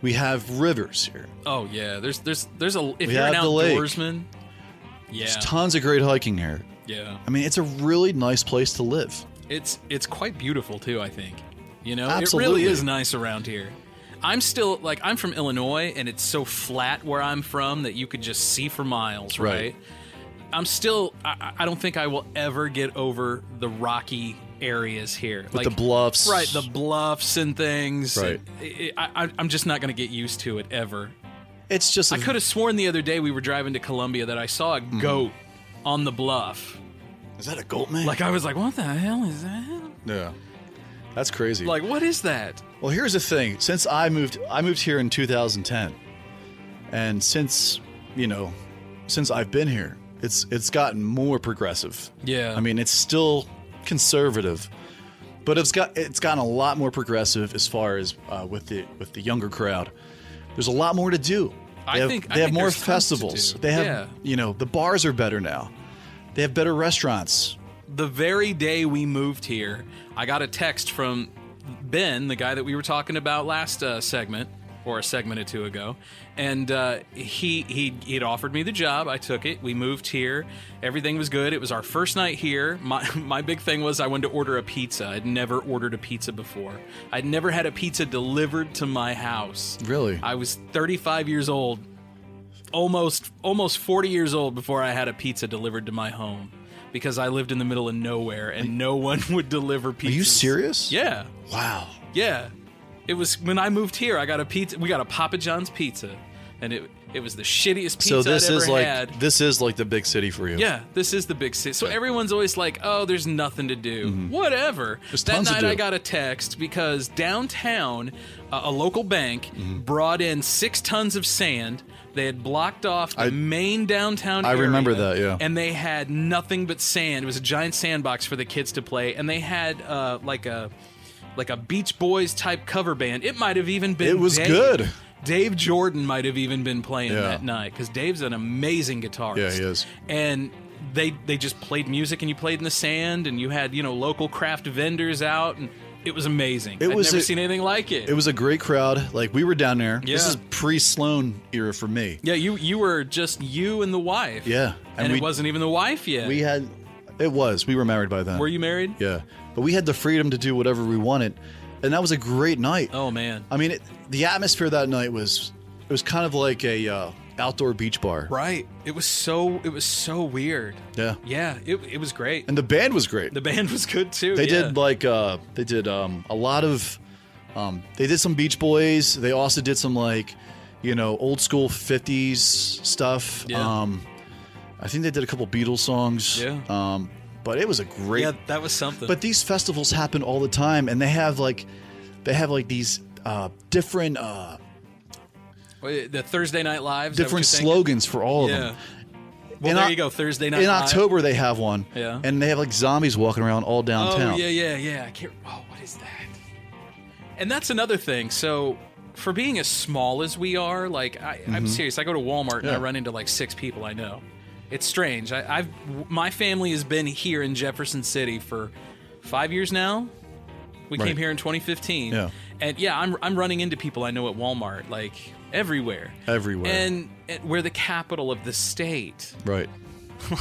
Speaker 4: We have rivers here.
Speaker 3: Oh yeah, there's there's there's a if
Speaker 4: We
Speaker 3: you're an
Speaker 4: have the lake.
Speaker 3: outdoorsman, yeah,
Speaker 4: There's tons of great hiking here.
Speaker 3: yeah.
Speaker 4: I mean, it's a really nice place to live.
Speaker 3: It's it's quite beautiful too. I think, you know, it
Speaker 4: Absolutely.
Speaker 3: really is nice around here. I'm still like I'm from Illinois, and it's so flat where I'm from that you could just see for miles. Right.
Speaker 4: Right.
Speaker 3: I'm still. I, I don't think I will ever get over the rocky areas here,
Speaker 4: With the bluffs.
Speaker 3: right? The bluffs and things.
Speaker 4: Right.
Speaker 3: It- I, I, I'm just not going to get used to it ever.
Speaker 4: It's just a-
Speaker 3: I could have sworn the other day we were driving to Columbia that I saw a
Speaker 4: Mm-hmm.
Speaker 3: goat on the bluff.
Speaker 4: Is that a goat man?
Speaker 3: Like I was like, what the hell is that?
Speaker 4: yeah. That's crazy.
Speaker 3: Like what is that?
Speaker 4: well, here's the thing. Since I moved I moved here in 2010. And since, you know, since I've been here, it's it's gotten more progressive.
Speaker 3: Yeah.
Speaker 4: I mean, it's still conservative, but it's got it's gotten a lot more progressive as far as uh, with the with the younger crowd. There's a lot more to do.
Speaker 3: I
Speaker 4: They have,
Speaker 3: think- I
Speaker 4: they have
Speaker 3: think
Speaker 4: more
Speaker 3: there's tons to
Speaker 4: festivals.
Speaker 3: do.
Speaker 4: They have
Speaker 3: Yeah.
Speaker 4: you know the bars are better now. They have better restaurants.
Speaker 3: the very day we moved here, I got a text from Ben, the guy that we were talking about last uh, segment or a segment or two ago, and uh, he he he'd offered me the job. I took it. We moved here. Everything was good. It was our first night here. My my big thing was I wanted to order a pizza. I'd never ordered a pizza before. I'd never had a pizza delivered to my house.
Speaker 4: Really?
Speaker 3: I was 35 years old, almost almost 40 years old before I had a pizza delivered to my home because I lived in the middle of nowhere and no one would deliver pizzas.
Speaker 4: Are you serious?
Speaker 3: Yeah.
Speaker 4: Wow.
Speaker 3: Yeah. It was when I moved here, I got a pizza. We got a Papa John's pizza and it it was the shittiest pizza
Speaker 4: so this
Speaker 3: I'd ever
Speaker 4: is like
Speaker 3: had.
Speaker 4: this is like the big city for you.
Speaker 3: Yeah, this is the big city. So everyone's always like, "Oh, there's nothing to do." Whatever.
Speaker 4: Mm-hmm. There's
Speaker 3: that
Speaker 4: tons to
Speaker 3: night,
Speaker 4: do.
Speaker 3: I got a text because downtown, uh, a local bank
Speaker 4: Mm-hmm.
Speaker 3: brought in six tons of sand. They had blocked off the
Speaker 4: I-
Speaker 3: main downtown.
Speaker 4: I remember
Speaker 3: area,
Speaker 4: that, yeah.
Speaker 3: And they had nothing but sand. It was a giant sandbox for the kids to play, and they had uh, like a like a Beach Boys type cover band. It might have even been.
Speaker 4: It was
Speaker 3: Dave.
Speaker 4: good.
Speaker 3: Dave Jordan might have even been playing
Speaker 4: Yeah.
Speaker 3: that night because Dave's an amazing guitarist
Speaker 4: Yeah, he is.
Speaker 3: and they they just played music and you played in the sand and you had you know local craft vendors out and it was amazing.
Speaker 4: It
Speaker 3: I've
Speaker 4: was
Speaker 3: never
Speaker 4: a-
Speaker 3: seen anything like it.
Speaker 4: It was a great crowd. Like we were down there. This
Speaker 3: Yeah.
Speaker 4: is pre Sloan era for me.
Speaker 3: yeah, you you were just you and the wife.
Speaker 4: Yeah,
Speaker 3: and,
Speaker 4: and
Speaker 3: it
Speaker 4: we-
Speaker 3: wasn't even the wife yet.
Speaker 4: We had it was. We were married by then.
Speaker 3: were you married?
Speaker 4: Yeah. But we had the freedom to do whatever we wanted. And that was a great night.
Speaker 3: Oh man,
Speaker 4: I mean, it, the atmosphere that night was it was kind of like a uh, outdoor beach bar.
Speaker 3: right. It was so it was so weird.
Speaker 4: Yeah.
Speaker 3: Yeah, it it was great.
Speaker 4: And the band was great.
Speaker 3: the band was good too.
Speaker 4: They
Speaker 3: yeah.
Speaker 4: did like uh they did um a lot of um they did some Beach Boys. They also did some like you know old school 50s stuff.
Speaker 3: Yeah.
Speaker 4: Um I think they did a couple Beatles songs.
Speaker 3: Yeah.
Speaker 4: Um but it was a great
Speaker 3: yeah, that was something.
Speaker 4: But these festivals happen all the time and they have like they have like these uh different uh
Speaker 3: Wait, the Thursday Night Live,
Speaker 4: different slogans for all of
Speaker 3: Yeah.
Speaker 4: them.
Speaker 3: Well,
Speaker 4: In
Speaker 3: there
Speaker 4: Oc-
Speaker 3: you go. Thursday Night
Speaker 4: In
Speaker 3: Live.
Speaker 4: October they have one.
Speaker 3: Yeah.
Speaker 4: And they have like zombies walking around all downtown.
Speaker 3: Oh yeah, yeah, yeah. I can't. Oh, what is that? And that's another thing. So, for being as small as we are, like I, I'm serious. I go to Walmart and I
Speaker 4: Mm-hmm. Yeah.
Speaker 3: run into like six people I know. It's strange. I, I've w- my family has been here in Jefferson City for five years now. We came
Speaker 4: Right.
Speaker 3: here in 2015.
Speaker 4: Yeah.
Speaker 3: And yeah, I'm I'm running into people I know at Walmart, like everywhere.
Speaker 4: Everywhere.
Speaker 3: And, and we're the capital of the state.
Speaker 4: Right.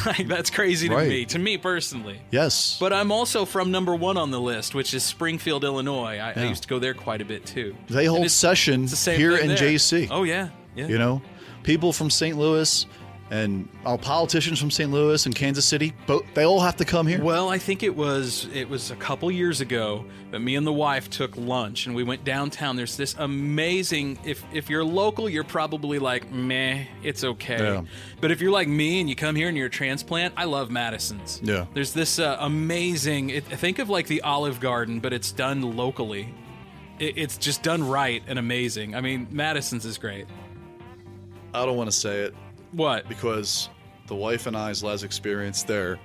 Speaker 3: like that's crazy to
Speaker 4: Right.
Speaker 3: me. To me personally.
Speaker 4: Yes.
Speaker 3: But I'm also from number one on the list, which is Springfield, Illinois. I, I
Speaker 4: Yeah.
Speaker 3: used to go there quite a bit too.
Speaker 4: they
Speaker 3: And
Speaker 4: hold
Speaker 3: it's-
Speaker 4: session
Speaker 3: it's the same
Speaker 4: here
Speaker 3: thing
Speaker 4: in
Speaker 3: there.
Speaker 4: JC.
Speaker 3: Oh yeah, yeah.
Speaker 4: You know, people from St. Louis and all politicians from St. Louis and Kansas City, both, they all have to come here.
Speaker 3: Well, I think it was it was a couple years ago that me and the wife took lunch and we went downtown. There's this amazing if if you're local, you're probably like, meh, it's okay.
Speaker 4: Yeah.
Speaker 3: But if you're like me and you come here and you're a transplant, I love Madison's.
Speaker 4: Yeah.
Speaker 3: There's this uh, amazing it, think of like the Olive Garden, but it's done locally. It, it's just done right and amazing. I mean, Madison's is great.
Speaker 4: I don't want to say it
Speaker 3: What?
Speaker 4: because the wife and I's last experience there.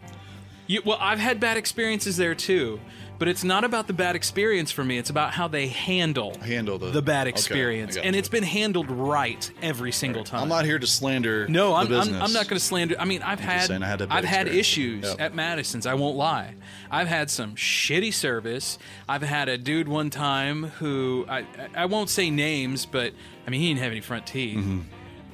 Speaker 3: You, well, I've had bad experiences there too, but it's not about the bad experience for me. It's about how they handle
Speaker 4: Handle the-
Speaker 3: the bad
Speaker 4: okay,
Speaker 3: experience,
Speaker 4: I got
Speaker 3: and
Speaker 4: you.
Speaker 3: it's been handled right every single time.
Speaker 4: I'm not here to slander.
Speaker 3: No,
Speaker 4: the
Speaker 3: I'm, I'm,
Speaker 4: business.
Speaker 3: I'm not going to slander. I mean, I've had,
Speaker 4: saying I had a bad
Speaker 3: I've had
Speaker 4: experience.
Speaker 3: issues
Speaker 4: Yep.
Speaker 3: at Madison's. I won't lie. I've had some shitty service. I've had a dude one time who I I won't say names, but I mean he didn't have any front teeth.
Speaker 4: Mm-hmm.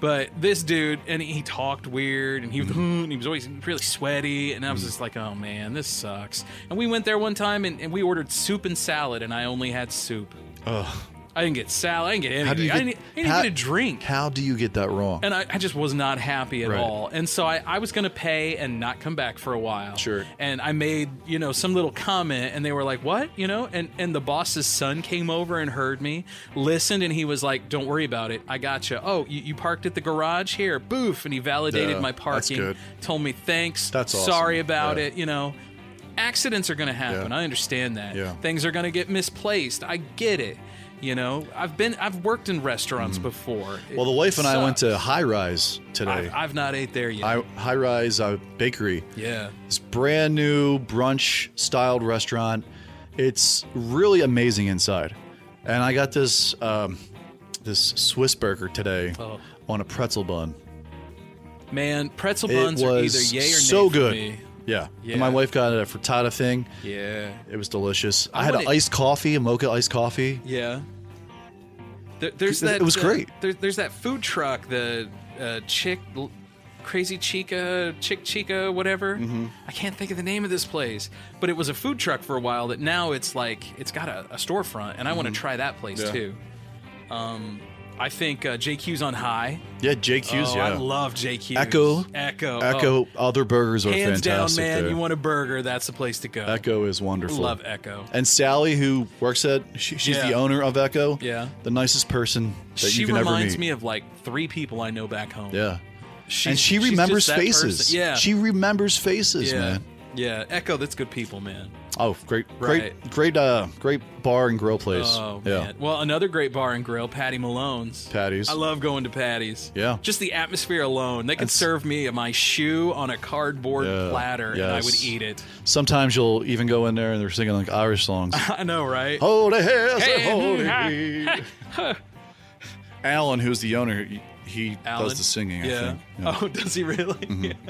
Speaker 3: But this dude, and he talked weird, and he was,
Speaker 4: Mm-hmm.
Speaker 3: and he was always really sweaty, and I was just like, oh man, this sucks. And we went there one time, and, and we ordered soup and salad, and I only had soup. I didn't get salad. I didn't get anything.
Speaker 4: How do you
Speaker 3: I
Speaker 4: get-
Speaker 3: didn't, I didn't
Speaker 4: how-
Speaker 3: get a drink
Speaker 4: How do you get that wrong?
Speaker 3: and I, I just was not happy at
Speaker 4: Right.
Speaker 3: all. And so I, I was going to pay and not come back for a while.
Speaker 4: Sure.
Speaker 3: And I made, you know, some little comment and they were like, what? You know, and, and the boss's son came over and heard me, listened, and he was like, don't worry about it. I got you. Oh, you, you parked at the garage here. Boof. And he validated
Speaker 4: Yeah,
Speaker 3: my
Speaker 4: that's
Speaker 3: parking,
Speaker 4: good.
Speaker 3: told me thanks.
Speaker 4: That's awesome.
Speaker 3: Sorry about
Speaker 4: Yeah.
Speaker 3: it. You know, accidents are going to happen.
Speaker 4: Yeah.
Speaker 3: I understand that.
Speaker 4: Yeah.
Speaker 3: Things are going to get misplaced. I get it. You know, I've been, I've worked in restaurants before.
Speaker 4: Mm-hmm. well, the
Speaker 3: It
Speaker 4: wife and I went
Speaker 3: sucks.
Speaker 4: to High Rise today.
Speaker 3: I've, I've not ate there yet.
Speaker 4: I, High Rise uh, Bakery.
Speaker 3: yeah.
Speaker 4: This brand new brunch styled restaurant. It's really amazing inside. And I got this um, this Swiss burger today
Speaker 3: Oh.
Speaker 4: on a pretzel bun.
Speaker 3: Man, pretzel
Speaker 4: It
Speaker 3: buns are either
Speaker 4: was
Speaker 3: yay or nay
Speaker 4: so
Speaker 3: for
Speaker 4: good.
Speaker 3: me.
Speaker 4: Yeah.
Speaker 3: Yeah.
Speaker 4: And my wife got a frittata thing.
Speaker 3: Yeah.
Speaker 4: It was delicious. I,
Speaker 3: I
Speaker 4: had an
Speaker 3: wanna-
Speaker 4: iced coffee, a mocha iced coffee.
Speaker 3: Yeah. There, there's
Speaker 4: It-
Speaker 3: that.
Speaker 4: it was
Speaker 3: uh,
Speaker 4: great.
Speaker 3: There, there's that food truck, the uh, chick, crazy chica, chick chica, whatever.
Speaker 4: Mm-hmm.
Speaker 3: I can't think of the name of this place, but it was a food truck for a while. That now it's like it's got a, a storefront, and I want to try that place
Speaker 4: Mm-hmm. Yeah.
Speaker 3: too. Um, I think uh, JQ's on high.
Speaker 4: Yeah, JQ's.
Speaker 3: oh,
Speaker 4: yeah.
Speaker 3: I love JQ.
Speaker 4: Echo.
Speaker 3: Echo,
Speaker 4: Echo. Other burgers are
Speaker 3: Oh, hands down,
Speaker 4: fantastic.
Speaker 3: man.
Speaker 4: there.
Speaker 3: You want a burger? That's the place to go.
Speaker 4: Echo is wonderful.
Speaker 3: Love Echo.
Speaker 4: And Sally, who works at, she, she's
Speaker 3: Yeah.
Speaker 4: the owner of Echo.
Speaker 3: Yeah.
Speaker 4: The nicest person that
Speaker 3: she
Speaker 4: you can ever meet.
Speaker 3: reminds me of like three people I know back home.
Speaker 4: Yeah.
Speaker 3: She's-
Speaker 4: And she
Speaker 3: she's just
Speaker 4: remembers
Speaker 3: that
Speaker 4: faces.
Speaker 3: person. Yeah.
Speaker 4: She remembers faces,
Speaker 3: yeah.
Speaker 4: man.
Speaker 3: Yeah. Echo, that's good people, man.
Speaker 4: Oh, great, great,
Speaker 3: Right.
Speaker 4: great, uh, great bar and grill place.
Speaker 3: Oh
Speaker 4: yeah.
Speaker 3: man. Well, another great bar and grill, Patty Malone's.
Speaker 4: Patty's.
Speaker 3: I love going to Patty's.
Speaker 4: Yeah.
Speaker 3: Just the atmosphere alone. They could
Speaker 4: That's-
Speaker 3: serve me my shoe on a cardboard
Speaker 4: Yeah.
Speaker 3: platter and I would
Speaker 4: Yes.
Speaker 3: eat it.
Speaker 4: Sometimes you'll even go in there and they're singing like Irish songs.
Speaker 3: I know, right?
Speaker 4: holy hands and
Speaker 3: Hey,
Speaker 4: holy
Speaker 3: ha,
Speaker 4: feet. Alan, who's the owner, he- he
Speaker 3: Alan?
Speaker 4: does the singing. I
Speaker 3: Yeah.
Speaker 4: think. Yeah. Mm-hmm.
Speaker 3: Oh, does he really?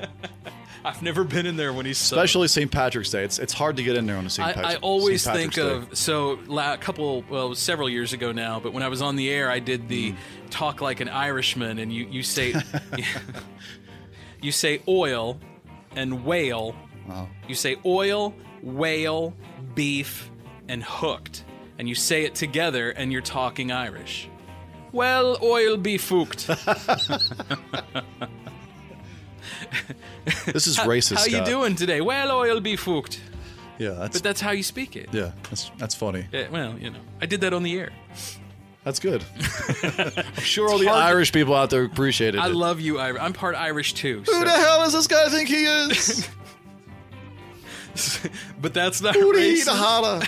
Speaker 3: I've never been in there when he's so-
Speaker 4: Especially St. Patrick's Day. It's it's hard to get in there on a St. Patrick's
Speaker 3: I, I always
Speaker 4: St. Patrick's
Speaker 3: think
Speaker 4: Day.
Speaker 3: of so la, a couple well several years ago now, but when I was on the air, I did
Speaker 4: Mm.
Speaker 3: the talk like an Irishman, and you you say you say oil and whale. You say oil, whale, beef, and hooked, and you say it together, and you're talking Irish. Well, oil be fooked.
Speaker 4: This is racist.
Speaker 3: How you
Speaker 4: Scott.
Speaker 3: doing today? Well, oil be fooked.
Speaker 4: Yeah, that's,
Speaker 3: But that's how you speak it.
Speaker 4: yeah, that's that's funny.
Speaker 3: Yeah, well, you know, I did that on the air.
Speaker 4: That's good. I'm sure all the
Speaker 3: hard to-
Speaker 4: Irish people out there appreciate it.
Speaker 3: I love you, Irish. I'm part Irish too.
Speaker 4: Who
Speaker 3: so-
Speaker 4: the hell does this guy think he is?
Speaker 3: But that's not
Speaker 4: Who the
Speaker 3: racist.
Speaker 4: he the holla?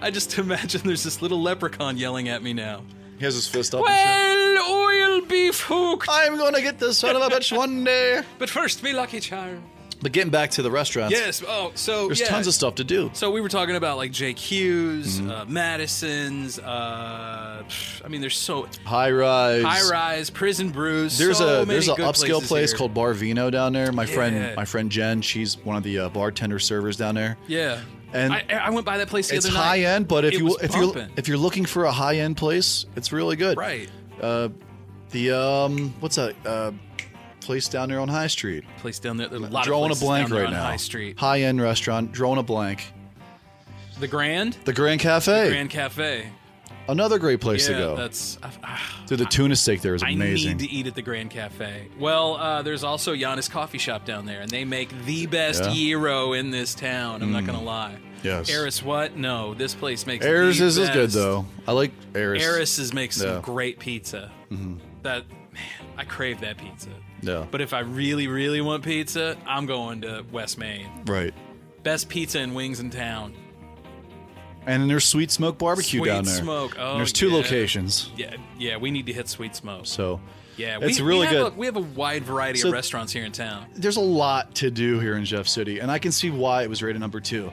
Speaker 3: I just imagine there's this little leprechaun yelling at me now.
Speaker 4: He has his fist up. and shit.
Speaker 3: Well, oil beef hooked.
Speaker 4: I'm gonna get this son of a bitch one day.
Speaker 3: But first, me lucky charm.
Speaker 4: But getting back to the restaurants,
Speaker 3: Yes. Oh, so
Speaker 4: there's
Speaker 3: yeah.
Speaker 4: tons of Mm-hmm. stuff to do.
Speaker 3: So we were talking about like JQ's, uh, Madison's. Uh, pff, I mean, there's so
Speaker 4: High rise.
Speaker 3: high rise, prison brews.
Speaker 4: There's
Speaker 3: so many
Speaker 4: a there's a
Speaker 3: good
Speaker 4: upscale
Speaker 3: places
Speaker 4: place
Speaker 3: here.
Speaker 4: called Bar Vino down there. My friend
Speaker 3: Yeah.
Speaker 4: my friend Jen, she's one of the uh, bartender servers down there.
Speaker 3: Yeah.
Speaker 4: And
Speaker 3: I, I went by that place the
Speaker 4: It's
Speaker 3: other
Speaker 4: high
Speaker 3: night.
Speaker 4: end, but if
Speaker 3: It
Speaker 4: you
Speaker 3: was
Speaker 4: if you
Speaker 3: bumping.
Speaker 4: if you're looking for a high end place, it's really good.
Speaker 3: right
Speaker 4: The um what's that uh place down there on High Street?
Speaker 3: place down there, there are a lot of
Speaker 4: drawing a
Speaker 3: places
Speaker 4: blank
Speaker 3: down there
Speaker 4: right
Speaker 3: on
Speaker 4: now.
Speaker 3: High Street,
Speaker 4: High end restaurant, drawing a blank.
Speaker 3: the Grand,
Speaker 4: The Grand Cafe,
Speaker 3: Grand Cafe.
Speaker 4: another great place
Speaker 3: yeah,
Speaker 4: to go.
Speaker 3: that's. I've- ah.
Speaker 4: Dude, the tuna steak there is amazing.
Speaker 3: I need to eat at the Grand Cafe. Well, uh, there's also Giannis Coffee Shop down there, and they make the best
Speaker 4: Yeah. Mm.
Speaker 3: gyro in this town. I'm not gonna lie.
Speaker 4: Yes.
Speaker 3: Eris, what? No, this place makes.
Speaker 4: Ayers
Speaker 3: the
Speaker 4: is is good
Speaker 3: best.
Speaker 4: though. I like Ayers.
Speaker 3: Eris's makes some
Speaker 4: Yeah. Mm-hmm.
Speaker 3: great pizza. That man, I crave that pizza.
Speaker 4: Yeah.
Speaker 3: But if I really, really want pizza, I'm going to West Main.
Speaker 4: Right.
Speaker 3: Best pizza and wings in town.
Speaker 4: And then there's Sweet Smoke Barbecue
Speaker 3: Sweet
Speaker 4: down there.
Speaker 3: Smoke,
Speaker 4: And
Speaker 3: oh,
Speaker 4: there's two
Speaker 3: yeah.
Speaker 4: locations.
Speaker 3: Yeah, yeah, we need to hit Sweet Smoke.
Speaker 4: So
Speaker 3: Yeah,
Speaker 4: it's
Speaker 3: we,
Speaker 4: really
Speaker 3: we have
Speaker 4: good.
Speaker 3: A, we have a wide variety
Speaker 4: So-
Speaker 3: of restaurants here in town.
Speaker 4: there's a lot to do here in Jeff City, and I can see why it was rated number two.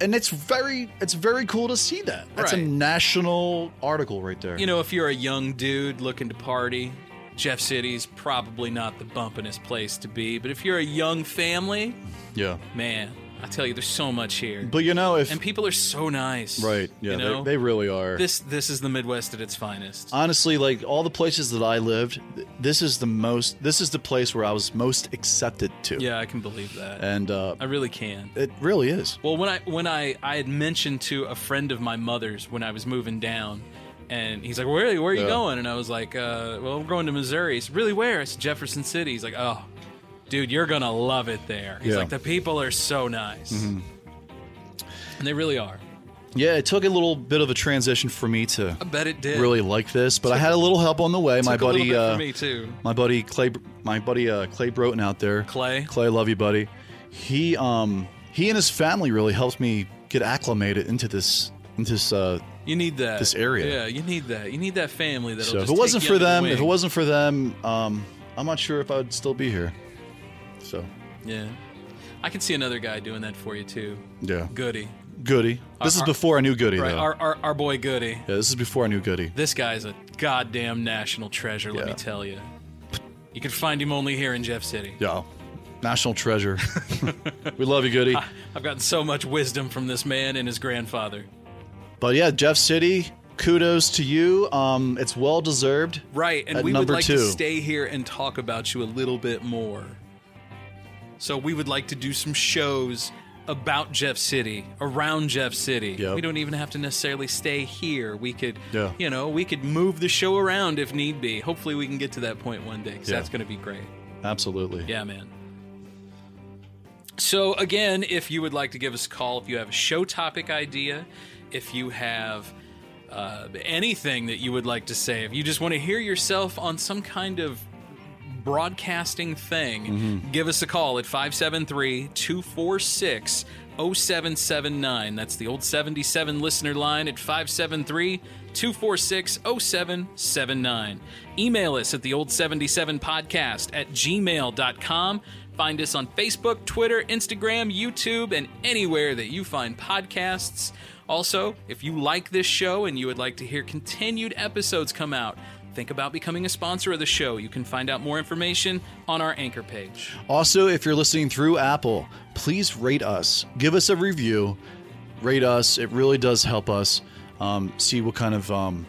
Speaker 4: And it's very it's very cool to see that. That's a
Speaker 3: Right.
Speaker 4: national article right there.
Speaker 3: You know, if you're a young dude looking to party, Jeff City's probably not the bumpinest place to be. But if you're a young family,
Speaker 4: yeah.
Speaker 3: man, I tell you, there's so much here,
Speaker 4: But you know if
Speaker 3: and people are so nice.
Speaker 4: right, yeah,
Speaker 3: you know,
Speaker 4: they, they really are.
Speaker 3: this this is the Midwest at its finest.
Speaker 4: honestly like all the places that i lived th- this is the most this is the place where i was most accepted to
Speaker 3: yeah, I can believe that.
Speaker 4: and uh,
Speaker 3: I really can.
Speaker 4: it really is
Speaker 3: Well, when I when I I had mentioned to a friend of my mother's when I was moving down, and he's like, "Where where are you
Speaker 4: Yeah.
Speaker 3: going?" And I was like, uh, "Well, I'm going to Missouri." He's really where? It's Jefferson City. He's like, "Oh, dude, you're gonna love it there." He's
Speaker 4: Yeah. Mm-hmm.
Speaker 3: like, "The people are so nice, and they really are."
Speaker 4: yeah it took a little bit of a transition for me to
Speaker 3: I bet it did.
Speaker 4: really like this but i had a little help on the way my
Speaker 3: Took a little
Speaker 4: buddy
Speaker 3: bit
Speaker 4: uh,
Speaker 3: for me too.
Speaker 4: my buddy clay my buddy uh, clay broughton out there
Speaker 3: Clay?
Speaker 4: clay love you buddy he um he and his family really helped me get acclimated into this into this uh
Speaker 3: You need that.
Speaker 4: this area.
Speaker 3: Yeah, you need that. You need that family that'll.
Speaker 4: so if
Speaker 3: just
Speaker 4: it wasn't
Speaker 3: take
Speaker 4: for
Speaker 3: you
Speaker 4: them
Speaker 3: under
Speaker 4: if
Speaker 3: the
Speaker 4: it
Speaker 3: wing.
Speaker 4: wasn't for them um i'm not sure if i would still be here so
Speaker 3: yeah, I could see another guy doing that for you too.
Speaker 4: yeah
Speaker 3: Goody,
Speaker 4: Goody. This is
Speaker 3: our-
Speaker 4: before I knew Goody,
Speaker 3: right?
Speaker 4: though.
Speaker 3: Our, our our boy Goody.
Speaker 4: yeah, this is before I knew Goody.
Speaker 3: This guy's a goddamn national treasure, let
Speaker 4: Yeah.
Speaker 3: me tell you. You can find him only here in Jeff City.
Speaker 4: Yeah. National treasure. we love you, Goody.
Speaker 3: I've gotten so much wisdom from this man and his grandfather.
Speaker 4: But yeah, Jeff City, kudos to you. Um, it's well deserved.
Speaker 3: Right, and
Speaker 4: At
Speaker 3: we would
Speaker 4: number
Speaker 3: like
Speaker 4: two.
Speaker 3: to stay here and talk about you a little bit more. So we would like to do some shows about Jeff City, around Jeff City.
Speaker 4: Yep.
Speaker 3: We don't even have to necessarily stay here. We could,
Speaker 4: Yeah.
Speaker 3: you know, we could move the show around if need be. Hopefully, we can get to that point one day because
Speaker 4: Yeah.
Speaker 3: that's going to be great.
Speaker 4: Absolutely.
Speaker 3: Yeah, man. So, again, if you would like to give us a call, if you have a show topic idea, if you have uh, anything that you would like to say, if you just want to hear yourself on some kind of broadcasting thing, give us a call at 573 246 0779. That's the old 77 listener line at 573 246 0779. Email us at the old 77 podcast at gmail.com. Find us on Facebook, Twitter, Instagram, YouTube, and anywhere that you find podcasts. Also, if you like this show and you would like to hear continued episodes come out, think about becoming a sponsor of the show. You can find out more information on our anchor page.
Speaker 4: Also, if you're listening through Apple, please rate us. Give us a review. Rate us. It really does help us um, see what kind of um,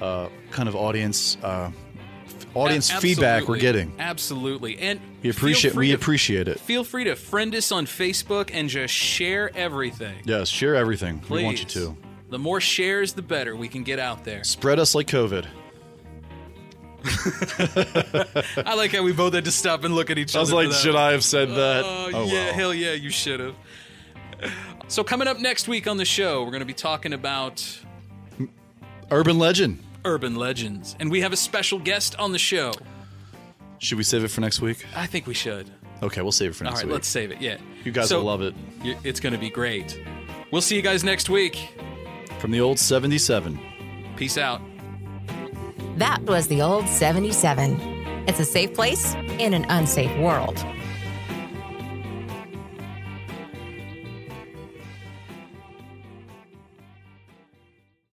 Speaker 4: uh, kind of audience uh, f- audience
Speaker 3: A-
Speaker 4: feedback we're
Speaker 3: absolutely.
Speaker 4: getting.
Speaker 3: Absolutely. And
Speaker 4: We appreciate
Speaker 3: feel free
Speaker 4: we
Speaker 3: to-
Speaker 4: appreciate it.
Speaker 3: Feel free to friend us on Facebook and just share everything.
Speaker 4: Yes, share everything.
Speaker 3: Please.
Speaker 4: We want you to.
Speaker 3: The more shares, the better we can get out there.
Speaker 4: Spread us like COVID.
Speaker 3: I like how we both had to stop and look at each other.
Speaker 4: I was
Speaker 3: for
Speaker 4: like,
Speaker 3: that.
Speaker 4: should I have said that?
Speaker 3: Oh, yeah, hell yeah, you should have. So, coming up next week on the show, we're going to be talking about
Speaker 4: Urban legend.
Speaker 3: urban legends. And we have a special guest on the show.
Speaker 4: Should we save it for next week?
Speaker 3: I think we should.
Speaker 4: Okay, we'll save it for
Speaker 3: All
Speaker 4: next
Speaker 3: right,
Speaker 4: week.
Speaker 3: let's save it. Yeah.
Speaker 4: you guys
Speaker 3: So,
Speaker 4: will love it.
Speaker 3: y- It's going to be great. We'll see you guys next week.
Speaker 4: From the old 77.
Speaker 3: Peace out.
Speaker 1: That was the old 77. It's a safe place in an unsafe world.